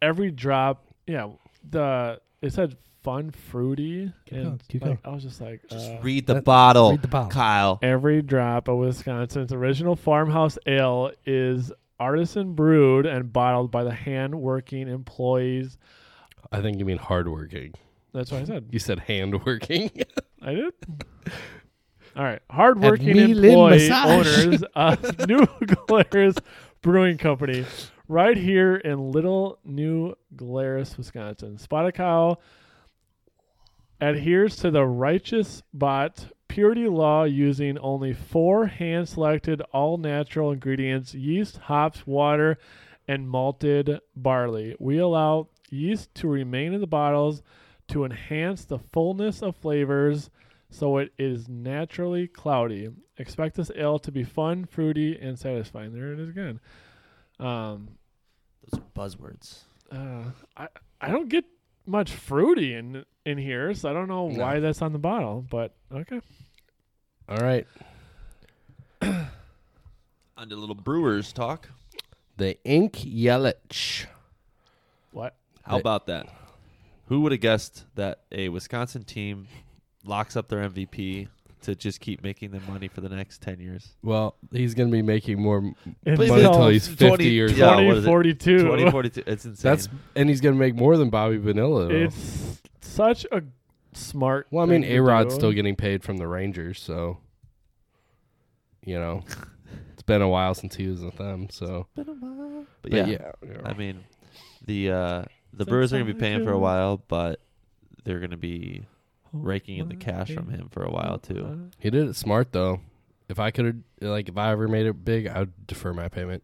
Speaker 3: Every drop, yeah. The it said fun, fruity, and
Speaker 4: going, keep
Speaker 3: like, I was just like,
Speaker 1: Just
Speaker 3: uh,
Speaker 1: read the
Speaker 4: that-
Speaker 1: bottle,
Speaker 4: read the bottle.
Speaker 1: Oh, Kyle.
Speaker 3: every drop of Wisconsin's original farmhouse ale is artisan brewed and bottled by the hand-working employees.
Speaker 4: I think you mean hardworking.
Speaker 3: That's what I said.
Speaker 4: You said hand working.
Speaker 3: I did. All right. Hardworking
Speaker 4: meal and
Speaker 3: employee
Speaker 4: massage.
Speaker 3: owners of New Glarus Brewing Company, right here in Little New Glarus, Wisconsin. Spotted Cow adheres to the righteous bot purity law using only four hand selected all natural ingredients yeast, hops, water, and malted barley. We allow yeast to remain in the bottles to enhance the fullness of flavors so it is naturally cloudy. Expect this ale to be fun, fruity, and satisfying. There it is again. Um,
Speaker 1: Those are buzzwords.
Speaker 3: uh, I I don't get much fruity in in here, so I don't know
Speaker 4: No.
Speaker 3: why that's on the bottle. But okay,
Speaker 4: All right.
Speaker 1: On to little brewers talk.
Speaker 4: The Ink Yelich.
Speaker 3: what?
Speaker 1: How
Speaker 4: They-
Speaker 1: about that? Who would have guessed that a Wisconsin team locks up their MVP to just keep making them money for the next ten years.
Speaker 4: Well, he's gonna be making more m-
Speaker 3: Until
Speaker 4: money until he's 50
Speaker 1: 20
Speaker 4: years
Speaker 1: yeah,
Speaker 4: old.
Speaker 1: what is it?
Speaker 3: 2042.
Speaker 1: Twenty forty two. It's insane.
Speaker 4: That's and he's gonna make more than Bobby Vanilla. though.
Speaker 3: It's such a smart.
Speaker 4: well, I mean,
Speaker 3: thing to
Speaker 4: A Rod's
Speaker 3: do.
Speaker 4: still getting paid from the Rangers, so you know, it's been a while since he was with them. So,
Speaker 1: been a while. But,
Speaker 4: but
Speaker 1: yeah,
Speaker 4: yeah, you know.
Speaker 1: I mean, the uh, the
Speaker 3: Since
Speaker 1: Brewers are gonna be
Speaker 3: I
Speaker 1: paying for a
Speaker 3: can-
Speaker 1: while, but they're gonna be raking in the cash from him for a while too.
Speaker 3: Uh,
Speaker 4: he did it smart though. If I could have, like, if I ever made it big, I would defer my payment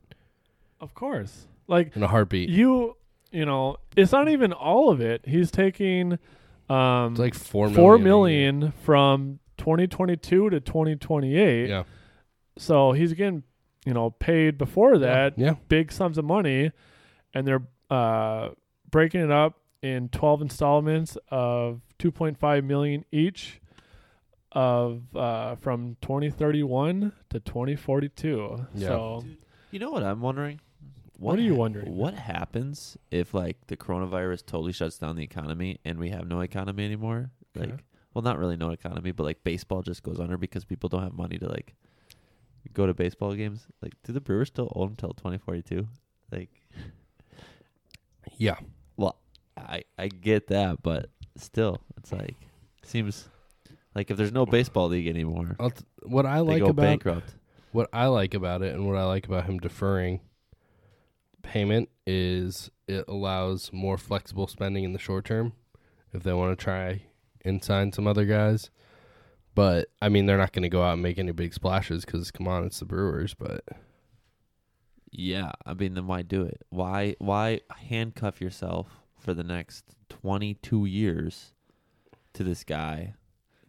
Speaker 3: Of course, like
Speaker 4: in a heartbeat.
Speaker 3: you, you know, it's not even all of it. He's taking, um,
Speaker 4: It's like four million.
Speaker 3: four
Speaker 4: a year.
Speaker 3: million from 2022 to 2028.
Speaker 4: Yeah.
Speaker 3: So he's getting, you know, paid before that
Speaker 4: Yeah.
Speaker 3: big sums of money, and they're uh, breaking it up in 12 installments of 2.5 million each of uh, from 2031 to 2042
Speaker 4: Yeah.
Speaker 3: so
Speaker 1: You know what I'm wondering?
Speaker 3: What are you
Speaker 1: ha-
Speaker 3: wondering?
Speaker 1: What happens if like the coronavirus totally shuts down the economy and we have no economy anymore?
Speaker 4: Okay.
Speaker 1: Like, well, not really no economy, but like baseball just goes under because people don't have money to like go to baseball games. Like, do the Brewers still own until 2042? Like,
Speaker 4: Yeah.
Speaker 1: well, I I get that, but still, it's like seems like if there's no baseball league anymore,
Speaker 4: I'll t- what I
Speaker 1: they
Speaker 4: like
Speaker 1: go
Speaker 4: about
Speaker 1: bankrupt.
Speaker 4: what I like about it and what I like about him deferring payment is it allows more flexible spending in the short term if they want to try and sign some other guys. But I mean, they're not going to go out and make any big splashes because come on, it's the Brewers. But
Speaker 1: Yeah, I mean, then why do it? Why why handcuff yourself for the next twenty two years to this guy?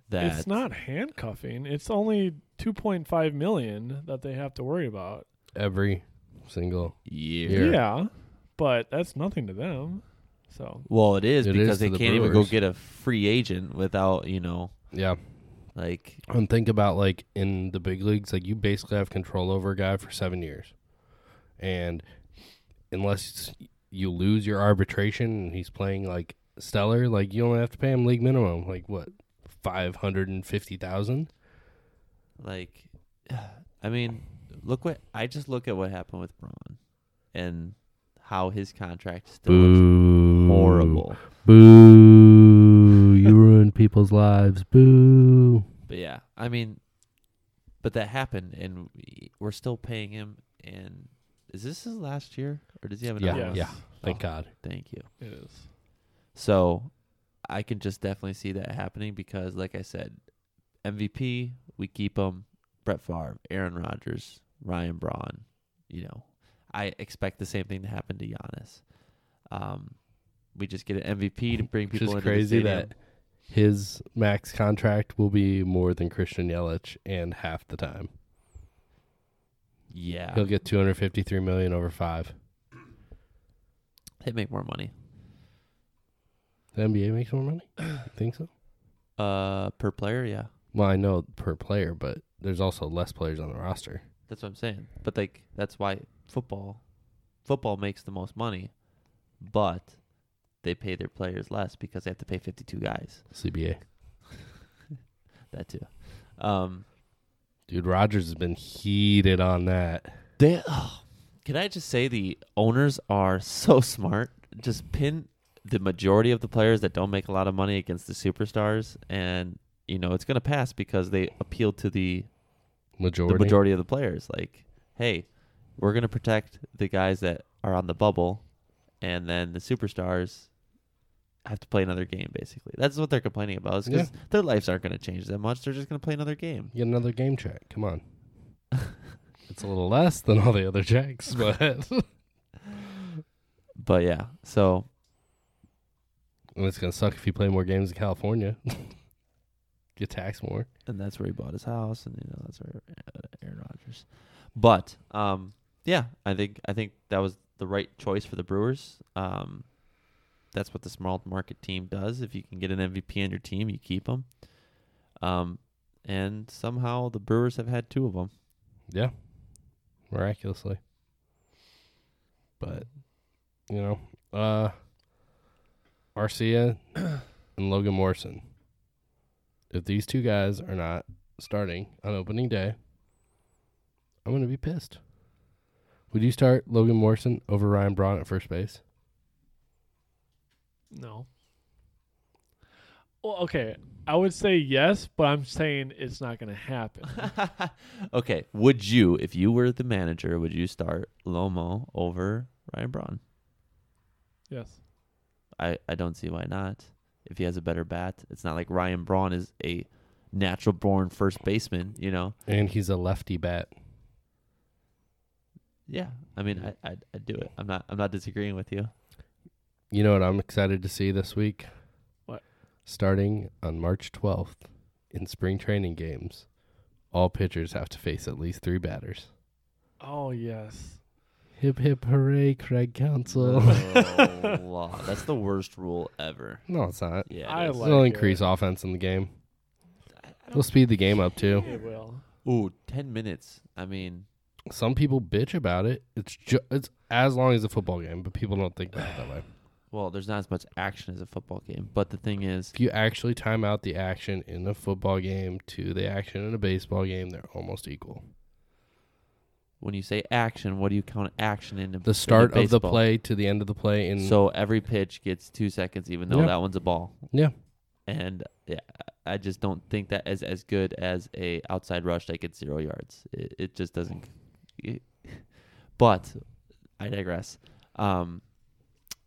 Speaker 1: That
Speaker 3: it's not handcuffing it's only 2.5 million that they have to worry about
Speaker 4: every single
Speaker 1: year.
Speaker 4: Here. Yeah.
Speaker 3: yeah but that's nothing to them so
Speaker 1: Well, it is
Speaker 4: It
Speaker 1: because
Speaker 4: is to
Speaker 1: they
Speaker 4: the
Speaker 1: can't even go
Speaker 4: Brewers.
Speaker 1: get a free agent without you know
Speaker 4: yeah,
Speaker 1: like
Speaker 4: and think about like in the big leagues, like you basically have control over a guy for seven years, and unless you lose your arbitration and he's playing like stellar, like you only have to pay him league minimum, like what five hundred and fifty thousand.
Speaker 1: like. I mean, look what I just look at what happened with Braun and how his contract still looks
Speaker 4: Boo!
Speaker 1: horrible.
Speaker 4: Boo! you ruined people's lives. Boo!
Speaker 1: But yeah, I mean, but that happened, and we- we're still paying him. And is this his last year, or does he have
Speaker 4: Yeah,
Speaker 1: another? one?
Speaker 4: yeah.
Speaker 1: Oh,
Speaker 4: Thank God.
Speaker 1: Thank you.
Speaker 3: Oh, it is
Speaker 1: So, I can just definitely see that happening because, like I said, MVP we keep him. Brett Favre, Aaron Rodgers, Ryan Braun. You know, I expect the same thing to happen to Giannis. Um, we just get an MVP to bring
Speaker 4: Which
Speaker 1: people. into
Speaker 4: is
Speaker 1: the
Speaker 4: crazy
Speaker 1: stadium.
Speaker 4: that his max contract will be more than Christian Yelich and half the time.
Speaker 1: yeah,
Speaker 4: He'll get 253 million over 5.
Speaker 1: they make more money
Speaker 4: The NBA makes more money? You think so?
Speaker 1: uh, per player. Yeah.
Speaker 4: Well, I know per player, but there's also less players on the roster.
Speaker 1: That's what I'm saying. But like that's why football football makes the most money, but they pay their players less because they have to pay 52 guys.
Speaker 4: CBA.
Speaker 1: That too. Um
Speaker 4: Dude, Rogers has been heated on that.
Speaker 1: they Can I just say the owners are so smart. Just pin the majority of the players that don't make a lot of money against the superstars and you know, it's going to pass because they appeal to the
Speaker 4: Majority.
Speaker 1: the majority of the players. Like, hey, we're gonna protect the guys that are on the bubble, and then the superstars have to play another game. Basically, that's what they're complaining about. Is because their lives aren't gonna change that much. They're just gonna play another game.
Speaker 4: You get another game check. Come on. it's a little less than all the other checks, but and
Speaker 1: But yeah, so
Speaker 4: it's going to suck if you play more games in California. get taxed more.
Speaker 1: and that's where he bought his house, and you know that's where uh, Aaron Rodgers. But um, yeah, I think I think that was the right choice for the Brewers. Um, that's what the small market team does. If you can get an MVP on your team, you keep him. Um, and somehow the Brewers have had two of them.
Speaker 4: Yeah. Miraculously. But you know, uh Arcia and Logan Morrison. If these two guys are not starting on opening day, I'm going to be pissed. Would you start Logan Morrison over Ryan Braun at first base?
Speaker 3: No. Well, okay. I would say yes, but I'm saying it's not going to happen.
Speaker 1: okay. Would you, if you were the manager, would you start Lomo over Ryan Braun?
Speaker 3: yes.
Speaker 1: I, I don't see why not. If he has a better bat, it's not like Ryan Braun is a natural born first baseman, you know?
Speaker 4: And he's a lefty bat.
Speaker 1: Yeah. I mean, I, I'd, I'd do it. I'm not, I'm not disagreeing with you.
Speaker 4: You know what I'm excited to see this week?
Speaker 3: What?
Speaker 4: Starting on March 12th in spring training games, all pitchers have to face at least three batters.
Speaker 3: Oh, yes.
Speaker 4: Hip hip hooray, Craig Council.
Speaker 1: Oh, wow. That's the worst rule ever.
Speaker 4: no, it's not.
Speaker 1: Yeah.
Speaker 3: I
Speaker 1: it is.
Speaker 3: like
Speaker 4: It'll
Speaker 3: it.
Speaker 4: increase offense in the game.
Speaker 1: I- I
Speaker 4: It'll speed the game up too.
Speaker 3: It will.
Speaker 1: Ooh, 10 minutes. I mean,
Speaker 4: Some people bitch about it. It's ju- it's as long as a football game, but people don't think about it that way.
Speaker 1: well, there's not as much action as a football game, but the thing is,
Speaker 4: If you actually time out the action in a football game to the action in a baseball game, they're almost equal.
Speaker 1: when you say action, what do you count action in?
Speaker 4: The start of the play to the end of the play in
Speaker 1: So every pitch gets two seconds, even though
Speaker 4: Yeah.
Speaker 1: that one's a ball.
Speaker 4: Yeah.
Speaker 1: And yeah, I I just don't think that is as good as a outside rush that gets zero yards. It, it just doesn't. it- but I digress. Um,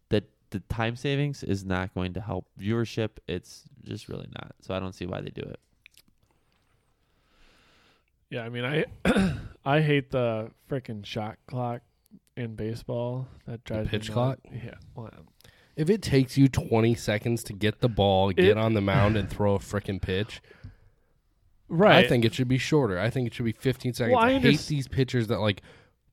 Speaker 1: that the time savings is not going to help viewership. It's just really not. So I don't see why they do it.
Speaker 3: Yeah, I mean, I I hate the freaking shot clock in baseball. That drives me
Speaker 4: pitch
Speaker 3: nuts.
Speaker 4: clock?
Speaker 3: Yeah. Well,
Speaker 4: If it takes you 20 seconds to get the ball, get
Speaker 3: It-
Speaker 4: on the mound, and throw a frickin' pitch,
Speaker 3: right.
Speaker 4: I think it should be shorter. I think it should be 15 seconds.
Speaker 3: Well, I
Speaker 4: I, hate
Speaker 3: underst-
Speaker 4: these pitchers that, like,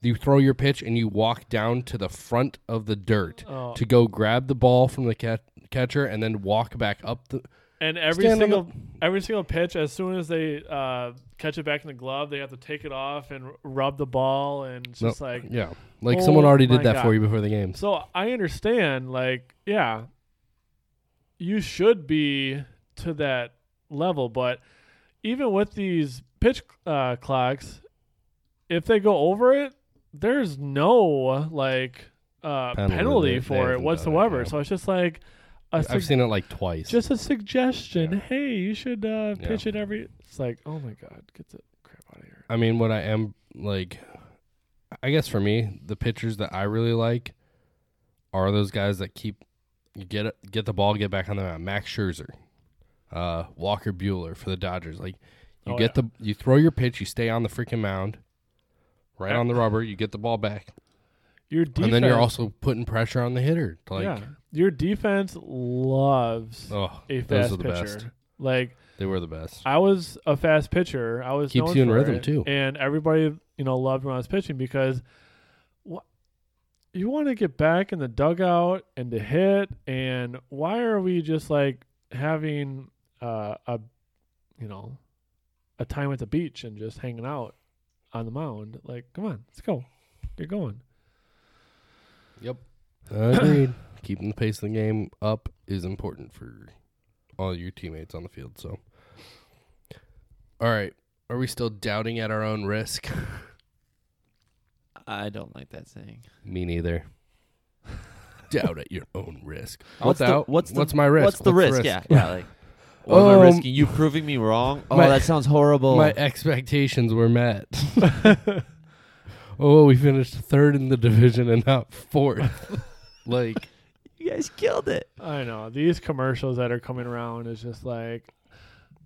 Speaker 4: you throw your pitch and you walk down to the front of the dirt
Speaker 3: Oh.
Speaker 4: to go grab the ball from the cat- catcher and then walk back up the.
Speaker 3: And every
Speaker 4: Stand on
Speaker 3: single every single pitch, as soon as they uh, catch it back in the glove, they have to take it off and r- rub the ball, and it's
Speaker 4: No,
Speaker 3: just like
Speaker 4: Yeah. Like,
Speaker 3: Oh
Speaker 4: someone already did
Speaker 3: my
Speaker 4: that
Speaker 3: God.
Speaker 4: for you before the game.
Speaker 3: So I understand, like, yeah, you should be to that level, but even with these pitch uh, clocks, if they go over it, there's no like uh,
Speaker 4: Penalty.
Speaker 3: penalty,
Speaker 4: They haven't
Speaker 3: for
Speaker 4: done
Speaker 3: it
Speaker 4: it,
Speaker 3: whatsoever.
Speaker 4: yeah.
Speaker 3: So it's just like a
Speaker 4: I've
Speaker 3: sug-
Speaker 4: seen it like twice.
Speaker 3: just a suggestion.
Speaker 4: Yeah.
Speaker 3: Hey, you should uh,
Speaker 4: Yeah.
Speaker 3: pitch it every. It's like, oh my god, get the crap out of here.
Speaker 4: I mean, what I am like, I guess for me, the pitchers that I really like are those guys that keep get get the ball, get back on the mound. Max Scherzer, uh, Walker Bueller for the Dodgers. Like, you
Speaker 3: Oh,
Speaker 4: get
Speaker 3: yeah.
Speaker 4: the you throw your pitch, you stay on the freaking mound, right
Speaker 3: Yeah.
Speaker 4: on the rubber, you get the ball back,
Speaker 3: Your defense,
Speaker 4: and then you're also putting pressure on the hitter. Like,
Speaker 3: yeah, your defense loves
Speaker 4: oh,
Speaker 3: a
Speaker 4: those
Speaker 3: fast
Speaker 4: are the
Speaker 3: pitcher.
Speaker 4: best.
Speaker 3: Like
Speaker 4: They were the best.
Speaker 3: I was a fast pitcher. I was
Speaker 4: Keeps
Speaker 3: known
Speaker 4: you in
Speaker 3: for
Speaker 4: rhythm,
Speaker 3: it,
Speaker 4: too.
Speaker 3: and everybody you know loved when I was pitching because what you want to get back in the dugout and to hit, and why are we just like having uh, a you know a time at the beach and just hanging out on the mound? Like, come on, let's go. You're going.
Speaker 4: Yep. Agreed. Keeping the pace of the game up is important for all your teammates on the field. So, all right. Are we still doubting at our own risk?
Speaker 1: I don't like that saying.
Speaker 4: Me neither. Doubt at your own risk.
Speaker 1: What's the-
Speaker 4: Without-
Speaker 1: what's the-
Speaker 4: my risk?
Speaker 1: What's the risk? Yeah, yeah. Like, what am
Speaker 4: Um,
Speaker 1: I risking? You proving me wrong? Oh,
Speaker 4: my-
Speaker 1: that sounds horrible.
Speaker 4: My expectations were met. oh, we finished third in the division and not fourth. like,
Speaker 1: you guys killed it.
Speaker 3: I know these commercials that are coming around is just like,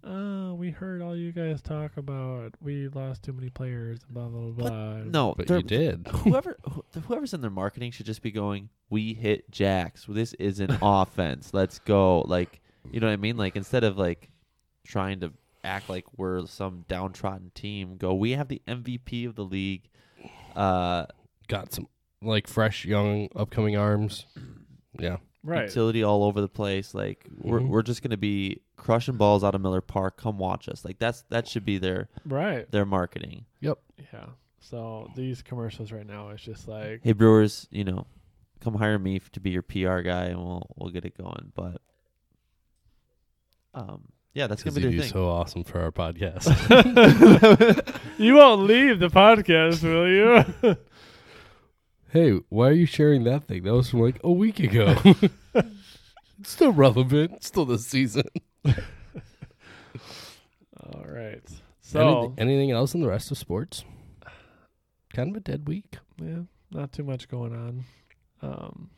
Speaker 3: oh, we heard all you guys talk about. We lost too many players. Blah blah blah.
Speaker 1: No,
Speaker 4: but
Speaker 1: they're-
Speaker 4: you did.
Speaker 1: whoever wh- whoever's in their marketing should just be going we hit jacks this is an offense let's go like you know what i mean like instead of like trying to act like we're some downtrodden team go we have the mvp of the league uh
Speaker 4: Got some, like, fresh, young, upcoming arms. Yeah.
Speaker 3: Right.
Speaker 1: utility all over the place like we're,
Speaker 4: Mhm.
Speaker 1: we're just gonna be crushing balls out of miller park come watch us like that's that should be their
Speaker 3: right.
Speaker 1: their marketing
Speaker 3: Yeah. So these commercials right now is just like,
Speaker 1: hey brewers you know come hire me f- to be your pr guy and we'll we'll get it going but um Yeah, that's gonna
Speaker 4: Because
Speaker 1: be
Speaker 4: you
Speaker 1: their
Speaker 4: do
Speaker 1: thing.
Speaker 4: so awesome for our podcast.
Speaker 3: You won't leave the podcast, will you?
Speaker 4: hey, why are you sharing that thing? That was from like a week ago. it's still relevant. It's still this season.
Speaker 3: All right.
Speaker 4: Anyth-
Speaker 3: So
Speaker 4: anything else in the rest of sports? Kind of a dead week.
Speaker 3: yeah, not too much going on. Um,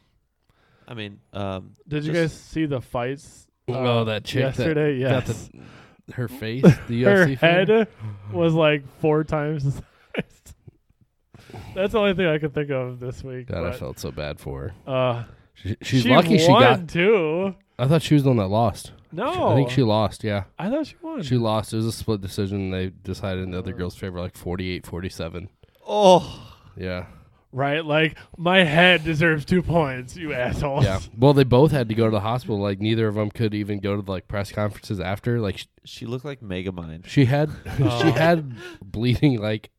Speaker 1: I mean, um,
Speaker 3: did you guys
Speaker 1: Just-
Speaker 3: see the fights?
Speaker 4: oh,
Speaker 3: uh,
Speaker 4: that chick that
Speaker 3: yesterday.
Speaker 4: got
Speaker 3: yes,
Speaker 4: the, her face, the
Speaker 3: her
Speaker 4: UFC
Speaker 3: head
Speaker 4: fighter?
Speaker 3: was like four times. the size. That's the only thing I could think of this week.
Speaker 4: God, I
Speaker 3: but,
Speaker 4: felt so bad for her.
Speaker 3: uh,
Speaker 4: She, she's
Speaker 3: she
Speaker 4: lucky she
Speaker 3: won, Oh.
Speaker 4: got.
Speaker 3: too.
Speaker 4: I thought she was the one that lost.
Speaker 3: No,
Speaker 4: I think she lost. Yeah,
Speaker 3: I thought she won.
Speaker 4: she lost. It was a split decision. They decided in the other
Speaker 3: Oh.
Speaker 4: girl's favor, like 48-47.
Speaker 1: oh,
Speaker 4: Yeah,
Speaker 3: right? Like my head deserves two points. You assholes.
Speaker 4: yeah. Well, they both had to go to the hospital. Like neither of them could even go to like press conferences after. Like she,
Speaker 1: she looked like Megamind.
Speaker 4: she had, she
Speaker 3: Oh.
Speaker 4: had bleeding like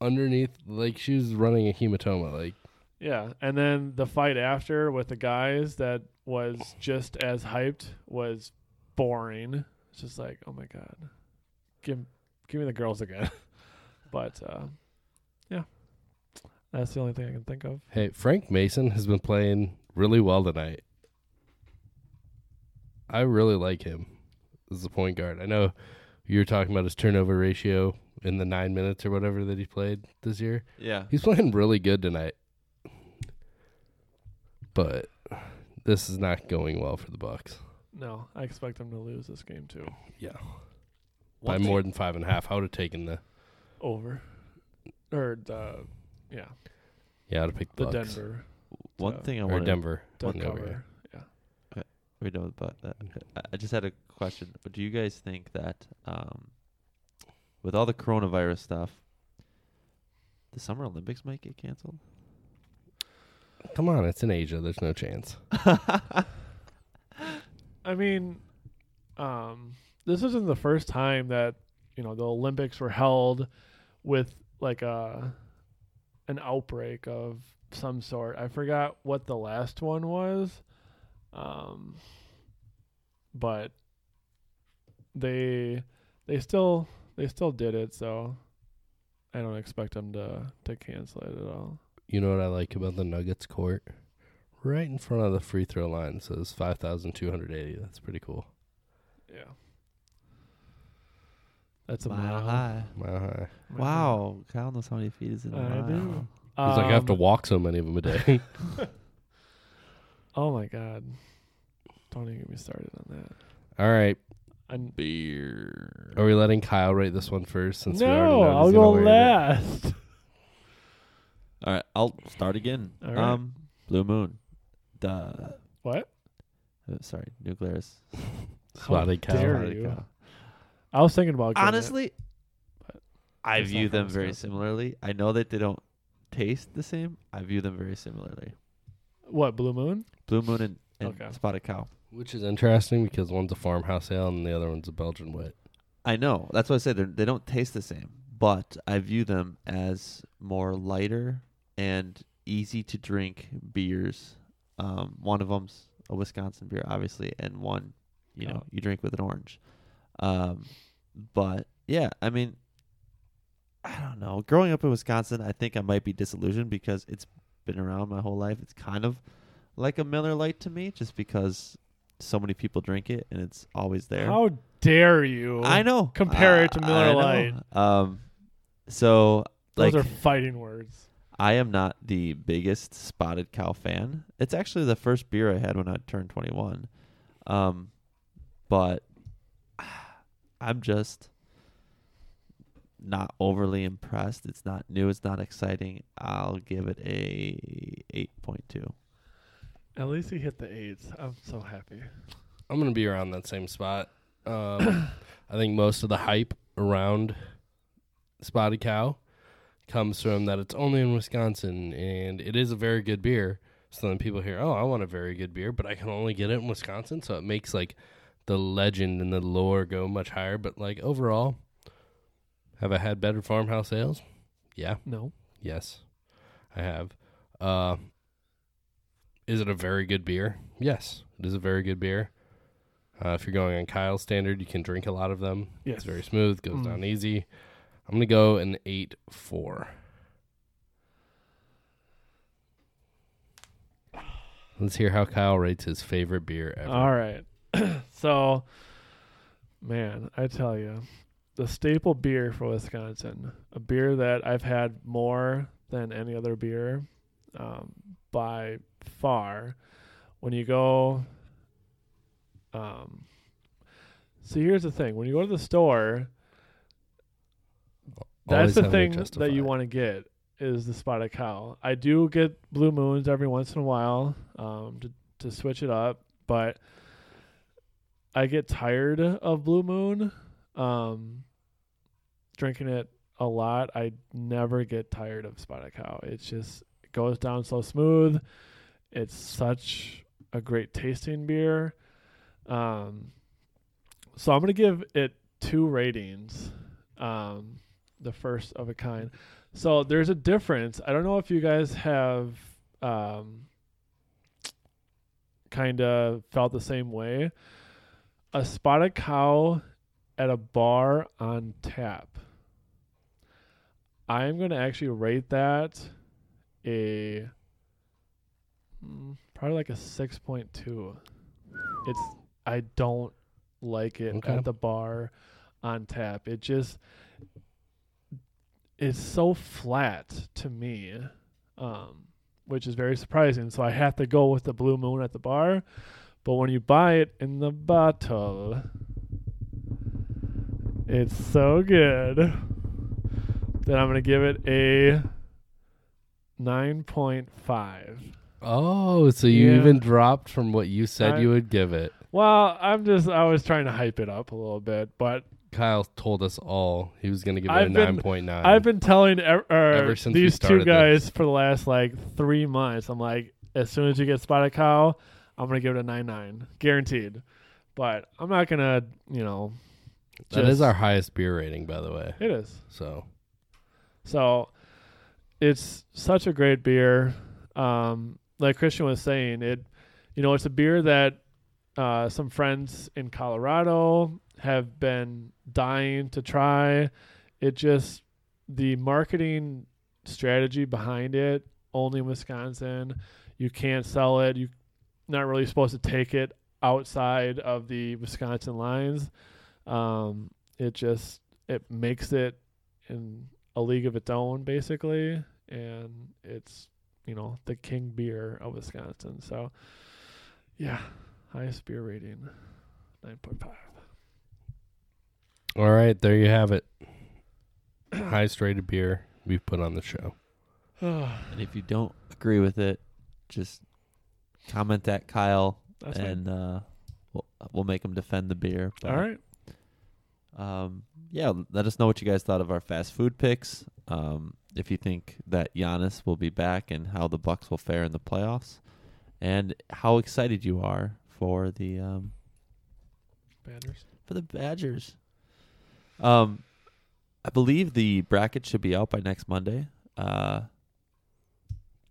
Speaker 4: underneath. Like she was running a hematoma. Like
Speaker 3: Yeah, and then the fight after with the guys that was just as hyped was boring. It's just like, oh my god, give give me the girls again. but uh, yeah, that's the only thing I can think of.
Speaker 4: Hey, Frank Mason has been playing really well tonight. I really like him as the point guard. I know you were talking about his turnover ratio in the nine minutes or whatever that he played this year.
Speaker 1: Yeah,
Speaker 4: He's playing really good tonight. But this is not going well for the Bucks.
Speaker 3: No, I expect them to lose this game too.
Speaker 4: Yeah.
Speaker 1: One
Speaker 4: By
Speaker 1: thing-
Speaker 4: more than five and a half. I would have taken the
Speaker 3: Over, or uh, yeah,
Speaker 4: yeah, I'd have picked the,
Speaker 3: the
Speaker 4: Bucks.
Speaker 3: Denver
Speaker 1: One
Speaker 3: uh,
Speaker 1: thing I
Speaker 4: Or
Speaker 1: want
Speaker 4: Denver.
Speaker 3: to
Speaker 4: Denver, yeah.
Speaker 3: cover.
Speaker 1: we know about that. I- I just had a question. Do you guys think that um, with all the coronavirus stuff, the Summer Olympics might get canceled?
Speaker 4: Come on, it's in Asia. There's no chance.
Speaker 3: I mean, um, this isn't the first time that you know the Olympics were held with like a an outbreak of some sort. I forgot what the last one was, um, but they they still they still did it. So I don't expect them to to cancel it at all.
Speaker 4: You know what I like about the Nuggets court? Right in front of the free throw line so it's 5,280. That's pretty cool.
Speaker 3: Yeah, that's a
Speaker 1: Mile
Speaker 3: mile.
Speaker 1: high.
Speaker 4: Mile high.
Speaker 3: Mile.
Speaker 1: Wow, Kyle knows how many feet is in a
Speaker 3: I
Speaker 1: mile.
Speaker 3: do.
Speaker 4: It's like I have to
Speaker 3: Um,
Speaker 4: walk so many of them a day.
Speaker 3: Oh my god. Don't even get me started on that.
Speaker 4: All right.
Speaker 3: And
Speaker 1: Beer.
Speaker 4: Are we letting Kyle rate this one first? Since we already
Speaker 3: no,
Speaker 4: know
Speaker 3: I'll
Speaker 4: he's
Speaker 3: go
Speaker 4: gonna rate it?
Speaker 3: last.
Speaker 1: All right, I'll start again.
Speaker 3: All right.
Speaker 1: Um, Blue Moon. Duh.
Speaker 3: What?
Speaker 1: Uh, sorry, Nuclearis.
Speaker 4: Spotted
Speaker 3: How
Speaker 4: Kyle.
Speaker 3: dare
Speaker 1: Spotted
Speaker 3: you?
Speaker 1: Kyle.
Speaker 3: I was thinking about getting it.
Speaker 1: Honestly, I
Speaker 3: That's
Speaker 1: view
Speaker 3: not how
Speaker 1: them
Speaker 3: it's
Speaker 1: very
Speaker 3: supposed to be.
Speaker 1: similarly. I know that they don't taste the same. I view them very similarly.
Speaker 3: What Blue Moon?
Speaker 1: Blue Moon and, and
Speaker 3: Okay.
Speaker 1: Spotted Cow.
Speaker 4: Which is interesting because one's a farmhouse ale and the other one's a Belgian wit.
Speaker 1: I know. That's why I said they're- they don't taste the same, but I view them as more lighter and easy to drink beers. Um, one of them's a Wisconsin beer, obviously, and one, you know,
Speaker 3: Oh.
Speaker 1: you drink with an orange. Um, but yeah, I mean, I don't know. Growing up in Wisconsin, I think I might be disillusioned because it's been around my whole life. It's kind of like a Miller Lite to me, just because so many people drink it and it's always there.
Speaker 3: How dare you?
Speaker 1: I know.
Speaker 3: Compare it
Speaker 1: I-
Speaker 3: to Miller
Speaker 1: I know.
Speaker 3: Lite.
Speaker 1: Um, so
Speaker 3: Those
Speaker 1: like
Speaker 3: are fighting words.
Speaker 1: I am not the biggest Spotted Cow fan. It's actually the first beer I had when I turned 21. Um, but I'm just not overly impressed. It's not new. It's not exciting. I'll give it a 8.2.
Speaker 3: At least he hit the eights. I'm so happy.
Speaker 4: I'm going to be around that same spot. Um, I think most of the hype around Spotted Cow comes from that it's only in Wisconsin and it is a very good beer. So then people hear, oh, I want a very good beer, but I can only get it in Wisconsin. So it makes like the legend and the lore go much higher. But like overall, have I had better farmhouse ales? Yeah.
Speaker 3: No.
Speaker 4: Yes, I have. Uh, is it a very good beer? Yes, it is a very good beer. Uh, if you're going on Kyle's standard, you can drink a lot of them.
Speaker 3: Yes.
Speaker 4: It's very smooth, goes
Speaker 3: Mm.
Speaker 4: down easy. I'm going to go an 8 4. Let's hear how Kyle rates his favorite beer ever.
Speaker 3: All right. so, man, I tell you, the staple beer for Wisconsin, a beer that I've had more than any other beer um, by far. When you go, um, so here's the thing when you go to the store, that's
Speaker 4: Always
Speaker 3: the
Speaker 4: having to
Speaker 3: thing
Speaker 4: justify
Speaker 3: that you
Speaker 4: it.
Speaker 3: want to get is the spotted cow. I do get blue moons every once in a while um, to to switch it up, but I get tired of blue moon. Um, drinking it a lot, I never get tired of spotted cow. It's just it goes down so smooth. It's such a great tasting beer. Um, so I'm gonna give it two ratings. Um, the first of a kind. So there's a difference. I don't know if you guys have um, kind of felt the same way. A spotted cow at a bar on tap. I'm going to actually rate that a mm, probably like a 6.2. It's I don't like it
Speaker 4: Okay.
Speaker 3: at the bar on tap. It just is so flat to me, um, which is very surprising. So I have to go with the blue moon at the bar. But when you buy it in the bottle, it's so good that I'm going to give it a 9.5.
Speaker 4: Oh, so you
Speaker 3: Yeah.
Speaker 4: even dropped from what you said
Speaker 3: I-
Speaker 4: you would give it.
Speaker 3: Well, I'm just, I was trying to hype it up a little bit, but
Speaker 4: Kyle told us all he was going to give it
Speaker 3: I've
Speaker 4: a
Speaker 3: been-
Speaker 4: nine point nine.
Speaker 3: I've been telling ev- er,
Speaker 4: Ever since we
Speaker 3: these two
Speaker 4: started
Speaker 3: guys
Speaker 4: this.
Speaker 3: for the last like three months. I'm like, as soon as you get spotted cow, I'm gonna give it a nine nine, guaranteed. But I'm not gonna, you know,
Speaker 4: That is
Speaker 3: just-
Speaker 4: our highest beer rating, by the way.
Speaker 3: it is.
Speaker 4: So
Speaker 3: So it's such a great beer. Um, like Christian was saying, it you know, it's a beer that uh, some friends in Colorado have been dying to try. It just the marketing strategy behind it, only in Wisconsin. You can't sell it. You're not really supposed to take it outside of the Wisconsin lines. Um, it just it makes it in a league of its own basically and it's you know the king beer of wisconsin so yeah highest beer rating 9.5
Speaker 4: all right, there you have it. highest rated beer we've put on the show.
Speaker 1: And if you don't agree with it, just comment at Kyle
Speaker 3: that's fine.
Speaker 1: and uh, we'll, we'll make him defend the beer. But,
Speaker 3: all right
Speaker 1: Um, yeah, let us know what you guys thought of our fast food picks. Um, if you think that Giannis will be back and how the Bucks will fare in the playoffs, and how excited you are for the um,
Speaker 3: banners
Speaker 1: for the Badgers. Um, I believe the bracket should be out by next Monday. Uh,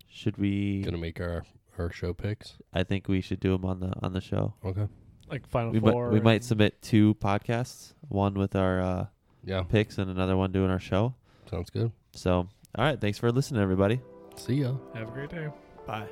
Speaker 1: should we?
Speaker 4: Gonna make our our show picks.
Speaker 1: I think we should do them on the on the show.
Speaker 4: Okay.
Speaker 3: like final
Speaker 1: We might
Speaker 3: four
Speaker 1: we might
Speaker 3: and-
Speaker 1: submit two podcasts, one with our uh,
Speaker 4: Yeah,
Speaker 1: picks and another one doing our show.
Speaker 4: sounds good.
Speaker 1: So, all right, thanks for listening, everybody.
Speaker 4: See ya.
Speaker 3: have a great day
Speaker 1: Bye.